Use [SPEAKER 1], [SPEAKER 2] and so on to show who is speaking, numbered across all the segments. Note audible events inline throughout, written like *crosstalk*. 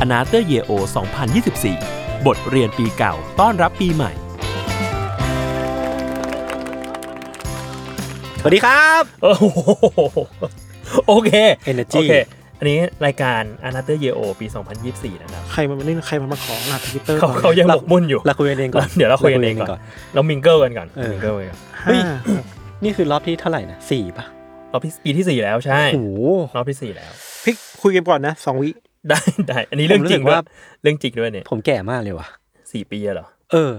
[SPEAKER 1] อนาเตอร์เยโอ2024 บทเรียนปีเก่าต้อนรับปีใหม่
[SPEAKER 2] สวัสดีครับ
[SPEAKER 1] โอ้โหโอเค
[SPEAKER 2] Energy
[SPEAKER 1] โอเค อันนี้รายการอนาเตอร์เยโอปี 2024 นะครับ
[SPEAKER 2] ใครมานี่ใครมามาขอรหัสทวิตเตอร์
[SPEAKER 1] เขาเขายังหมกมุ่นอยู่
[SPEAKER 2] เราคุยกันเองก่อน
[SPEAKER 1] เดี๋ยวเราคุยกันเองก่อน เรามิงเกิลกันก่อนมิงเกิลกันก่อน
[SPEAKER 2] เฮ้ยนี่คือรอบที่เท่าไหร่นะสี่ป่ะ
[SPEAKER 1] รอบที่ปีที่ 4 แล้วใช่
[SPEAKER 2] โอ้โห
[SPEAKER 1] รอบที่ 4 แล้ว
[SPEAKER 2] พี่คุยกันก่อนนะสองวิ
[SPEAKER 1] ได้ได้อันนี้เรื่องจริง
[SPEAKER 2] ผมรู้สึก
[SPEAKER 1] ว่า
[SPEAKER 2] ว่า
[SPEAKER 1] เรื่องจริงด้วยเนี่ย
[SPEAKER 2] ผมแก่มากเลยว่ะ
[SPEAKER 1] สี่ปีเหรอ
[SPEAKER 2] เออ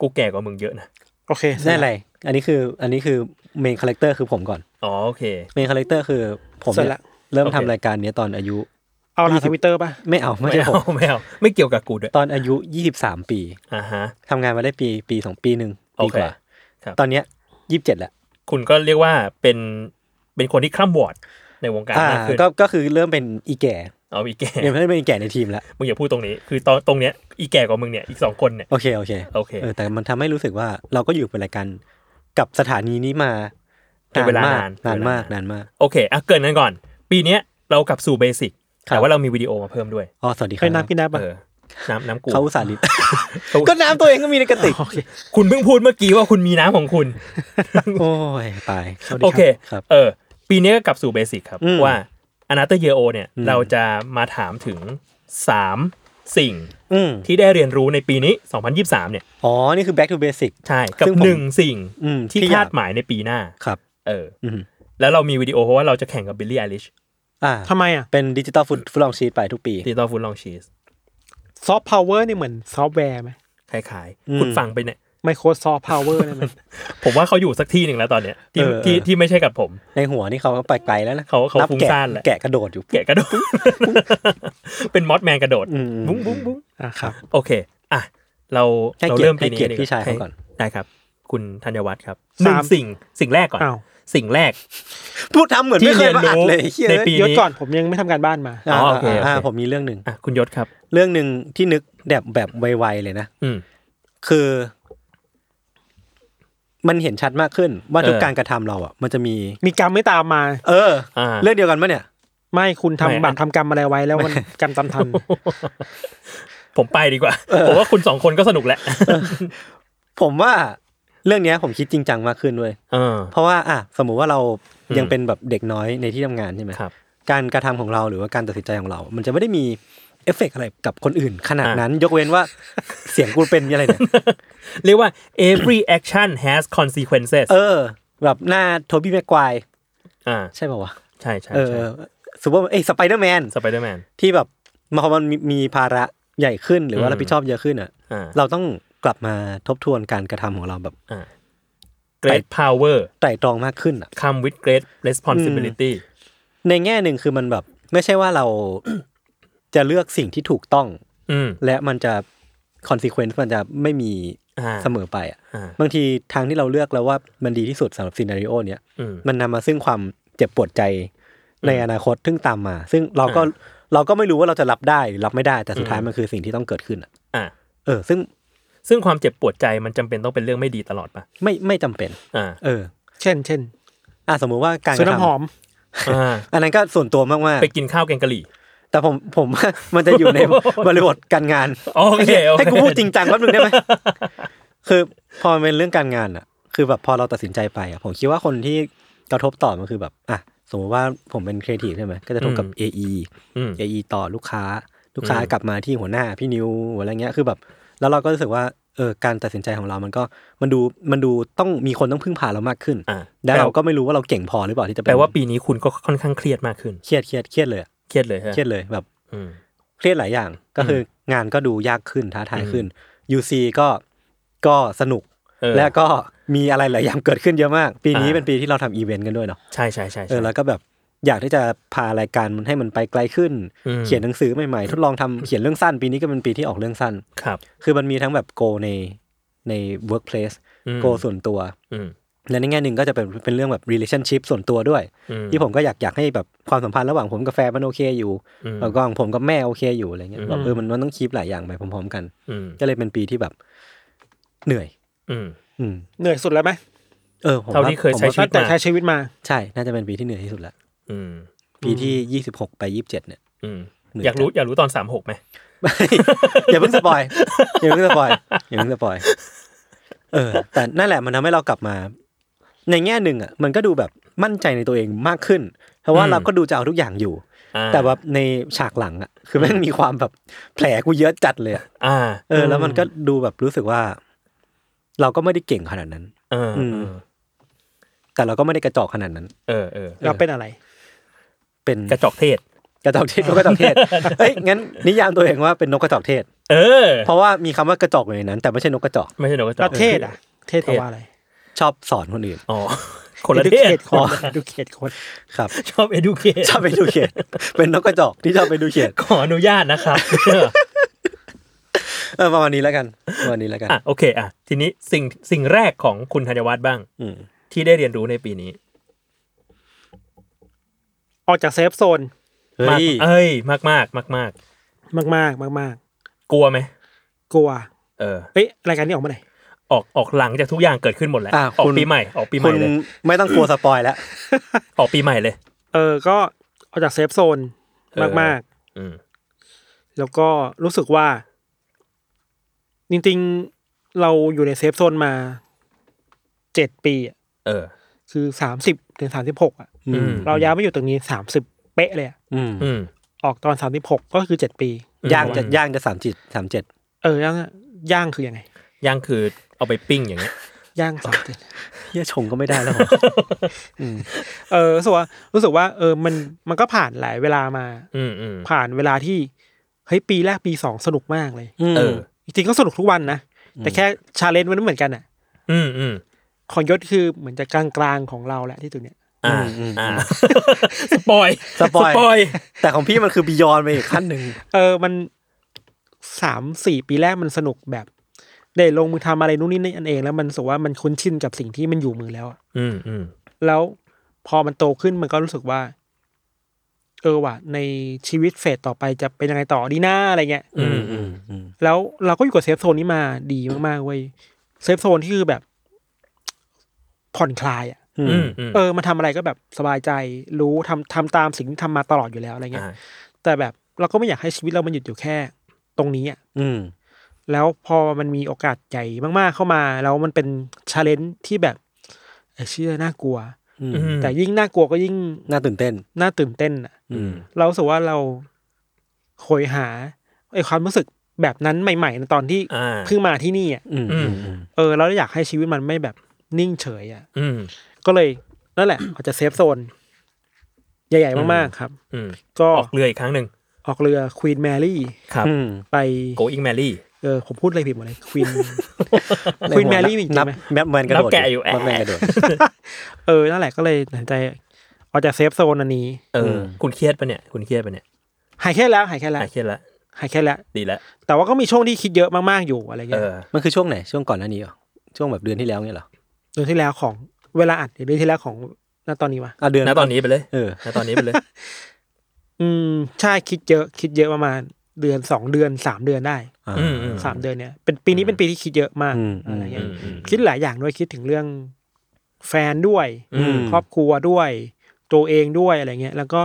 [SPEAKER 1] กูแก่กว่ามึงเยอะนะ
[SPEAKER 2] โอเคได้อะไร อันนี้คืออันนี้คือเมนคาแรคเตอร์คือผมก่อน
[SPEAKER 1] อ๋อโอเค
[SPEAKER 2] เมนคาแรคเตอร์คือผม
[SPEAKER 3] เสร็
[SPEAKER 2] เนี่ย
[SPEAKER 3] จละ
[SPEAKER 2] เริ่มทำ
[SPEAKER 1] โอเค
[SPEAKER 2] รายการเนี้ยตอนอายุ
[SPEAKER 3] เอารหัสทวิตเตอร์ป่ะ
[SPEAKER 2] ไม่เอาไม่
[SPEAKER 1] ไม่
[SPEAKER 2] ใช่ผ
[SPEAKER 1] *laughs* เอา
[SPEAKER 2] ม
[SPEAKER 1] ไม่เอาไม่เกี่ยวกับกูด้วย
[SPEAKER 2] ตอนอายุ 23 ปี
[SPEAKER 1] อ่าฮะ
[SPEAKER 2] ทำงานมาได้ปีปีสองปีหนึ่ง
[SPEAKER 1] โอ
[SPEAKER 2] ปี
[SPEAKER 1] เค
[SPEAKER 2] กว่า
[SPEAKER 1] ครับ
[SPEAKER 2] ตอนเนี้ยยี่สิบเจ็ดแล้ว
[SPEAKER 1] คุณก็เรียกว่าเป็นเป็นคนที่คร่ำวอดในวงกา
[SPEAKER 2] อ่าม
[SPEAKER 1] รากขึ้น
[SPEAKER 2] ก็ก็คือเริ่มเป็นอี
[SPEAKER 1] *laughs*
[SPEAKER 2] แก่
[SPEAKER 1] เอาอีกแก่
[SPEAKER 2] เริ่มเป็นอีแก่ในทีมแล้ว
[SPEAKER 1] มึงอย่าพูดตรงนี้ คือตอนตรงเนี้ยอีแก่กว่ามึงเนี่ย อีกสองคนเนี่ย
[SPEAKER 2] โอเค โอเค
[SPEAKER 1] โอเค
[SPEAKER 2] แต่มันทำให้รู้สึกว่าเราก็อยู่เป็นรายการกับสถานีนี้มา
[SPEAKER 1] เป็นเวลานาน
[SPEAKER 2] นานมาก
[SPEAKER 1] เป็นเวลานาน
[SPEAKER 2] นานมาก
[SPEAKER 1] โอเค อ่ะ เกรินกันก่อน ปีเนี้ยเรากลับสู่เบสิก
[SPEAKER 2] ครับ
[SPEAKER 1] แต่ว่าเรามีวิดีโอมาเพิ่มด้วย
[SPEAKER 2] อ๋อ สวัสดีค
[SPEAKER 3] ไปนั
[SPEAKER 2] รั
[SPEAKER 3] บบ พี่นับป่ะ
[SPEAKER 1] เออ น้ำน้ำกู
[SPEAKER 2] เขาอุตส่าห์ลิบ
[SPEAKER 1] *laughs* เขา
[SPEAKER 2] ก็น้ำตัวเองก็มีในกระติก
[SPEAKER 1] คุณเพิ่งพูดเมื่อกี้ว่าคุณมีน้ำของคุณ
[SPEAKER 2] โอ้ย ตายสวัสดี
[SPEAKER 1] โอเค
[SPEAKER 2] ครับ
[SPEAKER 1] เออ ปีเนี้ยก็กลับสู่เบสิกครับ
[SPEAKER 2] อืม
[SPEAKER 1] ว่าอนาเตอร์เยโอเนี่ย
[SPEAKER 2] อืม
[SPEAKER 1] เราจะมาถามถึงสามสิ่ง
[SPEAKER 2] อืม
[SPEAKER 1] ที่ได้เรียนรู้ในปีนี้ 2023 เนี่ย
[SPEAKER 2] อ๋อ นี่คือ back to basic
[SPEAKER 1] ใช่ กับ
[SPEAKER 2] ซึ่งผม
[SPEAKER 1] หนึ่งสิ่ง
[SPEAKER 2] อืม
[SPEAKER 1] ที่
[SPEAKER 2] ที่อยาก
[SPEAKER 1] คาดหมายในปีหน้า
[SPEAKER 2] ครับ
[SPEAKER 1] เออ
[SPEAKER 2] อืม
[SPEAKER 1] แล้วเรามีวิดีโอเพราะว่าเราจะแข่งกับบิลลี่ไอริช
[SPEAKER 2] อ่า
[SPEAKER 3] ทำไมอ่ะ
[SPEAKER 2] เป็นดิจิตอลฟุตฟุตลองชีตไปทุกปี
[SPEAKER 1] ดิจิตอลฟูดลองชีส
[SPEAKER 3] ซอฟต์พาวเวอร์นี่เหมือนซอฟต์แวร์ไหม
[SPEAKER 1] คล้าย
[SPEAKER 2] อื
[SPEAKER 1] ๆ
[SPEAKER 2] ม
[SPEAKER 1] คุณฟังไปเนี่ย
[SPEAKER 3] ไมโครซอฟต์พาวเวอร์นี่ยมัน
[SPEAKER 1] ผมว่าเขาอยู่สักที่หนึ่งแล้วตอนเนี้ยที่
[SPEAKER 2] เออ
[SPEAKER 1] ที่ที่ไม่ใช่กับผม
[SPEAKER 2] ในหัวนี่เขาก็ไปไกลแล้วนะ
[SPEAKER 1] เขาเขา
[SPEAKER 2] นับ
[SPEAKER 1] ฟุ้ง
[SPEAKER 2] แกะ
[SPEAKER 1] ซ่านแหละ
[SPEAKER 2] แกะกระโดดอยู่
[SPEAKER 1] แกะกระโด
[SPEAKER 2] *laughs*
[SPEAKER 1] ด เป็นมอสแมนกระโดด
[SPEAKER 2] อืม
[SPEAKER 1] บุ้งบุ้งบุ้ง
[SPEAKER 3] อ่ะครับ
[SPEAKER 1] โอเค อ่ะ เรา
[SPEAKER 2] ให้
[SPEAKER 1] เรา
[SPEAKER 2] เกียรติ
[SPEAKER 1] เริ่มปีนี้
[SPEAKER 2] ให้เกียรติ
[SPEAKER 1] ดีว่
[SPEAKER 2] พี่ชายเขาก่อน
[SPEAKER 1] ให้ได้ครับ คุณธัญวัฒน์ครับห
[SPEAKER 3] สา
[SPEAKER 1] นึ่ง
[SPEAKER 3] ม
[SPEAKER 1] สิ่งสิ่งแรกก่อน
[SPEAKER 3] อ้าว
[SPEAKER 1] สิ่งแรก
[SPEAKER 2] พูดทำเหมือน
[SPEAKER 1] ที่
[SPEAKER 2] ไม่เคยมาอัดเลย
[SPEAKER 1] เรียนรู้
[SPEAKER 2] เหี้ย
[SPEAKER 1] ในปี
[SPEAKER 3] ยศก่อนผมยังไม่ทำการบ้านมา
[SPEAKER 1] อ๋อโอเคโอเค
[SPEAKER 2] อ่าผมมีเรื่องหนึ่ง
[SPEAKER 1] อ่ะคุณยศครับ
[SPEAKER 2] เรื่องหนึ่งที่นึกแบบแบบไวๆเลยนะ
[SPEAKER 1] อืม
[SPEAKER 2] คือ มันเห็นชัดมากขึ้น ว่า
[SPEAKER 1] เออ
[SPEAKER 2] ทุกการกระทำเราอ่ะ มันจะมี
[SPEAKER 3] มีกรรมไม่ตามมา
[SPEAKER 2] เออ
[SPEAKER 1] อ่า
[SPEAKER 2] เรื่องเดียวกันปะเนี่ย
[SPEAKER 3] ไม่คุณทำ
[SPEAKER 1] ไม่
[SPEAKER 3] บัตรทำกรรมอะไรไว้แล้วมันกรรมตามทัน
[SPEAKER 1] ผมไปดีกว่า ผมว่าคุณสองคนก็สนุกแหละ
[SPEAKER 2] ผมว่าเรื่องเนี้ยผมคิดจริงจังมากขึ้นด้วย
[SPEAKER 1] เออ
[SPEAKER 2] เพราะว่า อ่ะสมมุติว่าเรา
[SPEAKER 1] อืม
[SPEAKER 2] ยังเป็นแบบเด็กน้อยในที่ทำงานใช่ไหม
[SPEAKER 1] ครับ
[SPEAKER 2] การกระทำของเราหรือว่าการตัดสินใจของเรา มันจะไม่ได้มีเอฟเฟกต์อะไรกับคนอื่น ขนาด
[SPEAKER 1] *laughs*
[SPEAKER 2] นั้น ยกเว้นว่า เสียงกูเป็นอะไรเนี่ย
[SPEAKER 1] เรียกว่า every action has consequences
[SPEAKER 2] เออ แบบหน้าโทบี้แม็กควาย
[SPEAKER 1] อ่า
[SPEAKER 2] ใช่ป่าวะ
[SPEAKER 1] ใช่ใช่
[SPEAKER 2] เออ
[SPEAKER 1] ใช่
[SPEAKER 2] ซูเปอร์เอ้ยสไปเดอร์แมน
[SPEAKER 1] สไปเดอร์แมน
[SPEAKER 2] ที่แบบพอมันมีมีภาระใหญ่ขึ้นหรือ
[SPEAKER 1] อื
[SPEAKER 2] ว่าม รับผิดชอบเยอะขึ้นอ่ะ
[SPEAKER 1] อ่า
[SPEAKER 2] เราต้องกลับมาทบทวนการกระทำของเราแบบ
[SPEAKER 1] เกรดพาวเวอร์
[SPEAKER 2] ไตร่ตรองมากขึ้นอ่ะ
[SPEAKER 1] come with great responsibility
[SPEAKER 2] ในแง่หนึ่งคือมันแบบ ไม่ใช่ว่าเรา *coughs* จะเลือกสิ่งที่ถูกต้อง
[SPEAKER 1] อืม
[SPEAKER 2] และมันจะคอนซ e เควนซ์มันจะไม่มี
[SPEAKER 1] อ่า
[SPEAKER 2] เสมอไปอ่ะ
[SPEAKER 1] อ่า
[SPEAKER 2] บางทีทางที่เราเลือกแล้วว่ามันดีที่สุดสำหรับซีนารีโอเนี้ย
[SPEAKER 1] อืม
[SPEAKER 2] มันนำมาซึ่งความเจ็บปวดใจในอนาคตซึ่งตามมา ซึ่งเราก็เราก็ไม่รู้ว่าเราจะรับได้หรือรับไม่ได้แต่สุดท้ายมันคือสิ่งที่ต้องเกิดขึ้นอะ
[SPEAKER 1] อ่า
[SPEAKER 2] เออ ซึ่ง
[SPEAKER 1] ซึ่งความเจ็บปวดใจมันจำเป็นต้องเป็นเรื่องไม่ดีตลอดปะ
[SPEAKER 2] ไม่ไม่จำเป็น
[SPEAKER 1] อ่า
[SPEAKER 2] เออ
[SPEAKER 3] เช่น เช่น
[SPEAKER 2] อ่ะสมมุติว่าการ
[SPEAKER 3] ซื้อน้ำหอม
[SPEAKER 2] *laughs*
[SPEAKER 1] อ่า
[SPEAKER 2] อันนั้นก็ส่วนตัวมาก
[SPEAKER 1] ไปกินข้าวแกงกะหรี่
[SPEAKER 2] ๆแต่ผมผม มันจะอยู่ใน บริบทการงาน
[SPEAKER 1] โอ
[SPEAKER 2] *laughs*
[SPEAKER 1] เคโอเค
[SPEAKER 2] ให้กูพูดจริงจังแป๊บนึงได้ไหม คือพอมันเป็นเรื่องการงานอ่ะ คือแบบพอเราตัดสินใจไปอ่ะผมคิดว่าคนที่กระทบต่อมันคือแบบ อ่ะ สมมติว่าผมเป็นครีเอทีฟใช่ไหมก็จะโทรกับ
[SPEAKER 4] อืม
[SPEAKER 2] AE
[SPEAKER 4] อืม
[SPEAKER 2] AE ต่อลูกค้า ลูกค้า
[SPEAKER 4] อืม
[SPEAKER 2] กลับมาที่หัวหน้าพี่นิวอะไรเงี้ยคือแบบ แล้วเราก็รู้สึกว่าเออการตัดสินใจของเรามันก็มันดูมันดูต้องมีคนต้องพึ่งพาเรามากขึ้น
[SPEAKER 4] อ่า
[SPEAKER 2] แล้วเราก็ไม่รู้ว่าเราเก่งพอหรือเปล่าที่จะ
[SPEAKER 4] แปล
[SPEAKER 2] เป็น
[SPEAKER 4] ว่าปีนี้คุณก็ค่อนข้างเครียดมากขึ้น
[SPEAKER 2] เครียดเครียดเครียดเลยอะ
[SPEAKER 4] เครียดเลยฮะ
[SPEAKER 2] เครียดเลยแบบ
[SPEAKER 4] อืม
[SPEAKER 2] เครียดหลายอย่างก็คือองานก็ดูยากขึ้นท้าทายขึ้น UC ก็ก็สนุก
[SPEAKER 4] เออ
[SPEAKER 2] และก็มีอะไรหลายอย่างเกิดขึ้นเยอะมาก ปีนี้
[SPEAKER 4] อ่า
[SPEAKER 2] เป็นปีที่เราทำอีเวนต์กันด้วยเนาะ
[SPEAKER 4] ใช่ใช่ใช่
[SPEAKER 2] เอ
[SPEAKER 4] ใช่
[SPEAKER 2] อแล้วก็แบบอยากที่จะพารายการมันให้มันไปไกลขึ้น
[SPEAKER 4] อืม
[SPEAKER 2] เขียนหนังสือใหม่ๆ ทดลองทำเขียนเรื่องสั้น ปีนี้ก็เป็นปีที่ออกเรื่องสั้น
[SPEAKER 4] ครับ
[SPEAKER 2] คือมันมีทั้งแบบโกในใน workplace
[SPEAKER 4] อืม
[SPEAKER 2] โกส่วนตัว
[SPEAKER 4] อืม
[SPEAKER 2] และในแง่หนึ่งก็จะเป็นเป็นเรื่องแบบ relationship ส่วนตัวด้วย
[SPEAKER 4] อืม
[SPEAKER 2] ที่ผมก็อยากอยากให้แบบความสัมพันธ์ระหว่างผมกับแฟนมันโอเคอยู่
[SPEAKER 4] อืม
[SPEAKER 2] แล้วก็ของผมกับแม่โอเคอยู่อะไรเงี้ย
[SPEAKER 4] อืม
[SPEAKER 2] แบบเออมันมันต้องคีบหลายอย่างไปพร้อมๆกัน
[SPEAKER 4] อืม
[SPEAKER 2] ก็เลยเป็นปีที่แบบเหนื่อย
[SPEAKER 4] อืม
[SPEAKER 2] อืม
[SPEAKER 3] เหนื่อยสุดแล้วไหม
[SPEAKER 2] เออผมว่
[SPEAKER 4] เท่าที่เคยใช้
[SPEAKER 2] ผม
[SPEAKER 4] ชี
[SPEAKER 2] ว่า
[SPEAKER 4] วิ
[SPEAKER 3] ตั้งแต่ใช้ชีวิตมา
[SPEAKER 2] ใช่ น่าจะเป็นปีที่เหนื่อยที่สุดละ
[SPEAKER 4] อืม
[SPEAKER 2] ปีที่ยี่สิบหกไปยี่สิบเจ็ดเนี่ย
[SPEAKER 4] อืม
[SPEAKER 2] เหนื่อย
[SPEAKER 4] อยากรู้อยากรู้ตอนสามหกไหม
[SPEAKER 2] *laughs* อย่าเพิ่งสปอยอย่าเพิ่งสปอยอย่าเพิ่งสปอยเออ แต่นั่นแหละมันทำให้เรากลับมา ในแง่หนึ่งอ่ะมันก็ดูแบบมั่นใจในตัวเองมากขึ้น เพราะว่า
[SPEAKER 4] อืม
[SPEAKER 2] เราก็ดูจะเอาทุกอย่างอยู่
[SPEAKER 4] อ่า
[SPEAKER 2] แต่แบบในฉากหลังอ่ะคือแม่งมีความแบบแผลกูเยอะจัดเลยอะ
[SPEAKER 4] อ่า
[SPEAKER 2] เออแล้วมันก็ดูแบบรู้สึกว่า เราก็ไม่ได้เก่งขนาดนั้น
[SPEAKER 4] เออ
[SPEAKER 2] อื
[SPEAKER 4] อ
[SPEAKER 2] ม แต่เราก็ไม่ได้กระจอกขนาดนั้น
[SPEAKER 4] เออเออ
[SPEAKER 3] เราเป็นอะไร
[SPEAKER 2] เป็น
[SPEAKER 4] กระจอกเทศ
[SPEAKER 2] กระจอก
[SPEAKER 4] *laughs*
[SPEAKER 2] เทศนกกระจอกเทศ เอ้ยงั้นนิยามตัวเองว่าเป็นนกกระจอกเทศ
[SPEAKER 4] เออ
[SPEAKER 2] เพราะว่ามีคำว่ากระจอกอยู่ในนั้น แต่ไม่ใช่นกกระจอก
[SPEAKER 4] ไม่ใช่นกกระจ
[SPEAKER 3] ป
[SPEAKER 4] อก
[SPEAKER 3] ระเทศอ่ะ เทศแปลว่าอะไร
[SPEAKER 2] ชอบสอนคนอื่น
[SPEAKER 4] อ๋อคนละเทศ
[SPEAKER 3] คนดูเขตคน
[SPEAKER 2] ครับ *laughs*
[SPEAKER 4] ชอบ educate
[SPEAKER 2] ชอบไปดูเขียดเป็นนกกระจอกที่ชอบไปดูเขียด
[SPEAKER 4] ขออนุญาตนะครับ
[SPEAKER 2] เออประมาณนี้แล้วกันประมาณนี้แล้วกัน
[SPEAKER 4] อ่ะโอเคอ่ะทีนี้สิ่งสิ่งแรกของคุณธัญวัฒน์บ้าง
[SPEAKER 2] อืม
[SPEAKER 4] ที่ได้เรียนรู้ในปีนี้
[SPEAKER 3] ออกจากเซฟโซน
[SPEAKER 2] เฮ้
[SPEAKER 4] มาก
[SPEAKER 2] ย
[SPEAKER 4] เอ้ยมากมากมากมาก
[SPEAKER 3] มากมากมากมาก
[SPEAKER 4] กลัวไหม
[SPEAKER 3] ๆกลัว
[SPEAKER 4] เออ
[SPEAKER 3] เอ้ยรายการนี้ออกมาไหน
[SPEAKER 4] ออกออกหลังจากทุกอย่างเกิดขึ้นหมดแล้ว
[SPEAKER 2] ะ
[SPEAKER 4] ออก
[SPEAKER 2] คุณ
[SPEAKER 4] ปีใหม่ออกปีให
[SPEAKER 2] คุ
[SPEAKER 4] ม่
[SPEAKER 2] ณ
[SPEAKER 4] เลย
[SPEAKER 2] ไม่ต้องกลัวสปอยแล้ว
[SPEAKER 4] ออกปีใหม่เลย
[SPEAKER 3] เออก็ออกจากเซฟโซน
[SPEAKER 4] เออ
[SPEAKER 3] มากมาก
[SPEAKER 4] อืม
[SPEAKER 3] ๆแล้วก็รู้สึกว่า จริงๆเราอยู่ในเซฟโซนมาเจ็ดปีอะ
[SPEAKER 4] เออ
[SPEAKER 3] คือสามสิบถึงสามสิบหกอ่ะ
[SPEAKER 2] อืม
[SPEAKER 3] เราย้ายมาอยู่ตรงนี้สามสิบเป๊ะเลยอะ
[SPEAKER 2] อืม
[SPEAKER 4] อืม
[SPEAKER 3] ออกตอนสามสิบหกก็คือเจ็ดปี
[SPEAKER 2] ย่างจะย่างจะสามจิตสามเจ็ด
[SPEAKER 3] เออย่างอะย่างคือยังไง
[SPEAKER 4] ย่างคือเอาไปปิ้งอย่างเงี้ย
[SPEAKER 3] ย่างสามเจ็ด
[SPEAKER 2] เฮียชงก็ไม่ได้แล้ว
[SPEAKER 3] เออรู้สึกว่ารู้สึกว่าเออมันมันก็ผ่านหลายเวลามา
[SPEAKER 4] อืมอืม
[SPEAKER 3] ผ่านเวลาที่เฮ้ยปีแรกปีสองสนุกมากเลย
[SPEAKER 4] เออ
[SPEAKER 3] จริงๆก็สนุกทุกวันนะ แต่แค่ชาเลนจ์มันไม่เหมือนกันอ่ะ
[SPEAKER 4] อืมอืม
[SPEAKER 3] ของยศคือเหมือนจะกลางๆของเราแหละที่จุดเนี้ย
[SPEAKER 4] อ่า
[SPEAKER 2] อืมอืม
[SPEAKER 4] อ่าสปอย
[SPEAKER 2] สปอย
[SPEAKER 4] สปอย
[SPEAKER 2] แต่ของพี่มันคือบียอนไปอีกขั้นหนึ่ง
[SPEAKER 3] เออมันสามสี่ปีแรกมันสนุกแบบ ได้ลงมือทำอะไรนู่นนี่นั่นเอง แล้วมันรู้สึกว่ามันคุ้นชินกับสิ่งที่มันอยู่มือแล้วอะ
[SPEAKER 4] อืมอืม
[SPEAKER 3] แล้วพอมันโตขึ้นมันก็รู้สึกว่า เออว่ะ ในชีวิตเฟสต่อไปจะเป็นยังไงต่อดีหน้าอะไรเงี้ย
[SPEAKER 4] อืม
[SPEAKER 2] อืมอืม
[SPEAKER 3] แล้วเราก็อยู่กับเซฟโซนนี้มาดีมากๆเว้ยเซฟโซนที่คือแบบ ผ่อนคลายอ่ะ
[SPEAKER 4] อื
[SPEAKER 2] อืม
[SPEAKER 4] มอืม
[SPEAKER 3] เออมาทำอะไรก็แบบสบายใจรู้ทำทำตามสิ่งที่ทำมาตลอดอยู่แล้วอะไรเงี้ย
[SPEAKER 4] อ่า
[SPEAKER 3] แต่แบบเราก็ไม่อยากให้ชีวิตเรามันหยุดอยู่แค่ ตรงนี้อ่ะ
[SPEAKER 2] อืม
[SPEAKER 3] แล้วพอมันมีโอกาสใหญ่มากๆเข้ามา แล้วมันเป็นชาเลนจ์ที่แบบเอ้ยเชื่อน่ากลัว
[SPEAKER 2] อืม
[SPEAKER 4] อืม
[SPEAKER 3] แต่ยิ่งน่ากลัวก็ยิ่ง
[SPEAKER 2] น่าตื่นเต้น
[SPEAKER 3] น่าตื่นเต้นอ่ะ
[SPEAKER 2] อืม
[SPEAKER 3] เรารู้สึกว่าเราโหยหาไอความรู้สึกแบบนั้นใหม่ๆในตอนที่
[SPEAKER 4] อ่า
[SPEAKER 3] เพิ่งมาที่นี่อ่ะ
[SPEAKER 2] อืม
[SPEAKER 4] อืม
[SPEAKER 2] อืม
[SPEAKER 3] เออเราอยากให้ชีวิตมันไม่แบบนิ่งเฉยอ่ะ
[SPEAKER 4] อืม
[SPEAKER 3] ก็เลยนั่นแหละ อาจจะเซฟโซน ใหญ่ ๆ มาก ๆ ครับ
[SPEAKER 4] อืม
[SPEAKER 3] ก็
[SPEAKER 4] ออกเรืออีกครั้งหนึ่ง
[SPEAKER 3] ออกเรือควีนแมรี่
[SPEAKER 4] ครับ
[SPEAKER 2] อืม
[SPEAKER 3] ไป
[SPEAKER 4] Go in Mary
[SPEAKER 3] เออผมพูดอะไรผิดหมดเลยควีนควีนแมรี่มีจริ
[SPEAKER 2] นั
[SPEAKER 3] ง
[SPEAKER 2] บ
[SPEAKER 3] ไหม
[SPEAKER 2] แบทแมนกระ
[SPEAKER 4] นั
[SPEAKER 2] โด
[SPEAKER 4] บ
[SPEAKER 2] ด
[SPEAKER 4] แกะอยู่แอะ
[SPEAKER 2] แบทแมนกระโดด
[SPEAKER 3] เออ นั่นแหละก็เลยตัดสินใจออกจากเซฟโซนอันนี้
[SPEAKER 4] เอออ
[SPEAKER 2] ม
[SPEAKER 4] คุณเครียดปะเนี่ย คุณเครียดปะเนี่ย
[SPEAKER 3] หายแค่แล้วหายแค่แล้ว
[SPEAKER 4] อ่ะเครียดละ
[SPEAKER 3] หายแค่แล้ว
[SPEAKER 4] ดีละ
[SPEAKER 3] แต่ว่าก็มีช่วงที่คิดเยอะมาก ๆ อยู่อะไร
[SPEAKER 4] เอ
[SPEAKER 3] เงี้ย
[SPEAKER 4] อ
[SPEAKER 2] มันคือช่วงไหน ช่วงก่อนหน้านี้เหรอช่วงแบบเดือนที่แล้วเนี่ยเหรอ
[SPEAKER 3] เดือนที่แล้วของเวลาอัดหรือเดือนที่แล้วของณตอนนี้วะ
[SPEAKER 2] อ่ะเดือน
[SPEAKER 4] ณตอนนี้ไปเลย
[SPEAKER 2] เออ
[SPEAKER 4] ณตอนนี้ไปเลย
[SPEAKER 3] อืมใช่คิดเยอะ คิดเยอะประมาณเดือนสองเดือนสามเดือนได้
[SPEAKER 2] อ่า
[SPEAKER 4] อืมอืม
[SPEAKER 3] สามเดือนเนี่ยเป็นปีนี้เป็นปีที่คิดเยอะมาก
[SPEAKER 2] อืม
[SPEAKER 3] อะไรเงี้ย
[SPEAKER 4] อืมอืม
[SPEAKER 3] คิดหลายอย่างด้วยคิดถึงเรื่องแฟนด้วย
[SPEAKER 2] อืม
[SPEAKER 3] ครอบครัวด้วย ตัวเองด้วยอะไรเงี้ย แล้วก็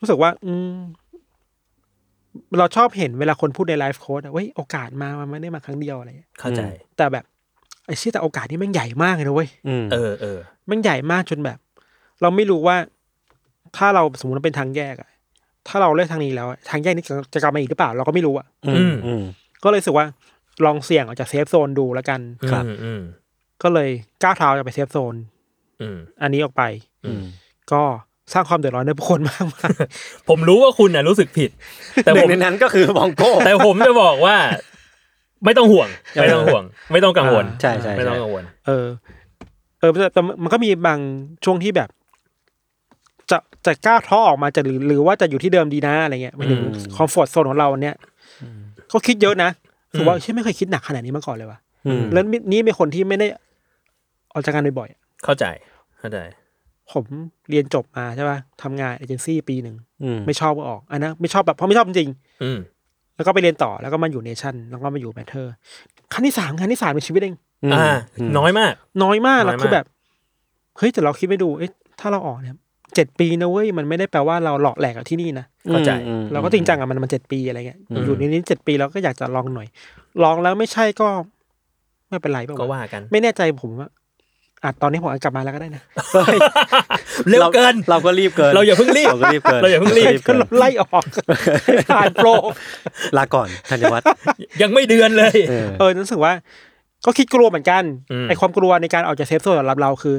[SPEAKER 3] รู้สึกว่า อืม เราชอบเห็นเวลาคนพูดในไลฟ์โค้ดอะเว้ยโอกาสมามันไม่ได้มาครั้งเดียวอะไรเงี้ย
[SPEAKER 4] เข้าใจ
[SPEAKER 3] แต่แบบไอ้เชี่ยแต่โอกาสนี่แมันใหญ่มากเลยนะเว้ย
[SPEAKER 2] อืม
[SPEAKER 4] เออเออ
[SPEAKER 3] แมันใหญ่มากจนแบบ เราไม่รู้ว่า ถ้าเราสมมติว่าเป็นทางแยกอะถ้าเราเลือกทางนี้แล้วอะทางแยกนี้จะจะกลับมาอีกหรือเปล่า เราก็ไม่รู้อะ
[SPEAKER 2] อืมอืม
[SPEAKER 3] ก็เลยรู้สึกว่าลองเสี่ยงออกจากเซฟโซนดูแล้วกัน
[SPEAKER 2] ครับ
[SPEAKER 1] อืมอืม
[SPEAKER 3] ก็เลยก้าวเท้าจะไปเซฟโซน
[SPEAKER 1] อืม
[SPEAKER 3] อันนี้ออกไป
[SPEAKER 2] อืม
[SPEAKER 3] ก็สร้างความเดือดร้อนให้ผู้คนมากมาย
[SPEAKER 1] ผมรู้ว่าคุณน่ะรู้สึกผิด แต่
[SPEAKER 2] ห
[SPEAKER 1] ผ
[SPEAKER 2] นึ่
[SPEAKER 1] ม
[SPEAKER 2] งในนั้นก็คือบองโก้
[SPEAKER 1] แต่ผมจะบอกว่า ไม่ต้องห่วง ไม่ต้องห่วง ไม่ต้องกังวล
[SPEAKER 3] อ่า
[SPEAKER 2] ใช่ใช่ใช่
[SPEAKER 1] ไม่ต้องกังวล
[SPEAKER 3] เออ เออแต่แต่มันก็มีบางช่วงที่แบบ จะจะก้าวท้อออกมาจะหรือหรือว่าจะอยู่ที่เดิมดีนะอะไรเงี้ยหมายถึง
[SPEAKER 1] อืม
[SPEAKER 3] คอมฟอร์ทโซนของเราเนี่ยก็คิดเยอะนะ
[SPEAKER 1] อืม
[SPEAKER 3] ถือว่าเชื่อไม่เคยคิดหนักขนาดนี้มาก่อนเลยว่ะ
[SPEAKER 2] อืม
[SPEAKER 3] แล้วนี่เป็นคนที่ไม่ได้ออกจากงานบ่อยๆอะ
[SPEAKER 1] เข้าใจเข้าใจ
[SPEAKER 3] ผมเรียนจบมาใช่ป่ะทำงานเอเจนซี่ปีหนึ่ง
[SPEAKER 2] อืม
[SPEAKER 3] ไม่ชอบก็ออกอันนั้นไม่ชอบแบบเพราะไม่ชอบจริง
[SPEAKER 1] อืม
[SPEAKER 3] ๆแล้วก็ไปเรียนต่อแล้วก็มาอยู่เนชั่นแล้วก็มาอยู่แมทเทอร์ขั้นที่สามขั้นที่สามในชีวิตเอง
[SPEAKER 1] อ่า
[SPEAKER 2] ม
[SPEAKER 1] น้อยมาก
[SPEAKER 3] น้อยมาก
[SPEAKER 1] น้อยมาก
[SPEAKER 3] แล้วคือแบบเฮ้ยแต่เราคิดไม่ดูเอ๊ะถ้าเราออกเนี่ยเจ็ดปีนะเว้ยมันไม่ได้แปลว่าเราหลอกแหลกกับที่นี่นะ
[SPEAKER 1] เข้าใจ
[SPEAKER 2] อืม
[SPEAKER 3] เราก็จริงจังกับมันมันเจ็ดปีอะไรเงี้ย
[SPEAKER 1] อืม
[SPEAKER 3] อยู่ในนี้เจ็ดปีเราก็อยากจะลองหน่อย ลองแล้วไม่ใช่ก็ ไม่เป็นไรปะะ
[SPEAKER 1] ก็ว่ากัน
[SPEAKER 3] ไม่แน่ใจผมว่าอาจตอนนี้ผมอาจกลับมาแล้วก็ได้นะ
[SPEAKER 2] เฮ้ย
[SPEAKER 1] เร็วเกิน
[SPEAKER 2] เราก็รีบเกิน
[SPEAKER 1] เราอย่าเพิ่งรีบ
[SPEAKER 2] เราก็รีบเกิน
[SPEAKER 1] เราอย่าเพิ่งรีบ
[SPEAKER 2] เกิ
[SPEAKER 3] ก็
[SPEAKER 2] น
[SPEAKER 3] ไล่ออกผ่านโปร
[SPEAKER 2] ลาก่อนธัญวัฒน์
[SPEAKER 1] ยังไม่เดือนเลย
[SPEAKER 2] เออ
[SPEAKER 3] เออรู้สึกว่า ก็คิดกลัวเหมือนกัน
[SPEAKER 1] อืม
[SPEAKER 3] ไอความกลัวในการออกจากเซฟโซนสำหรับเราคือ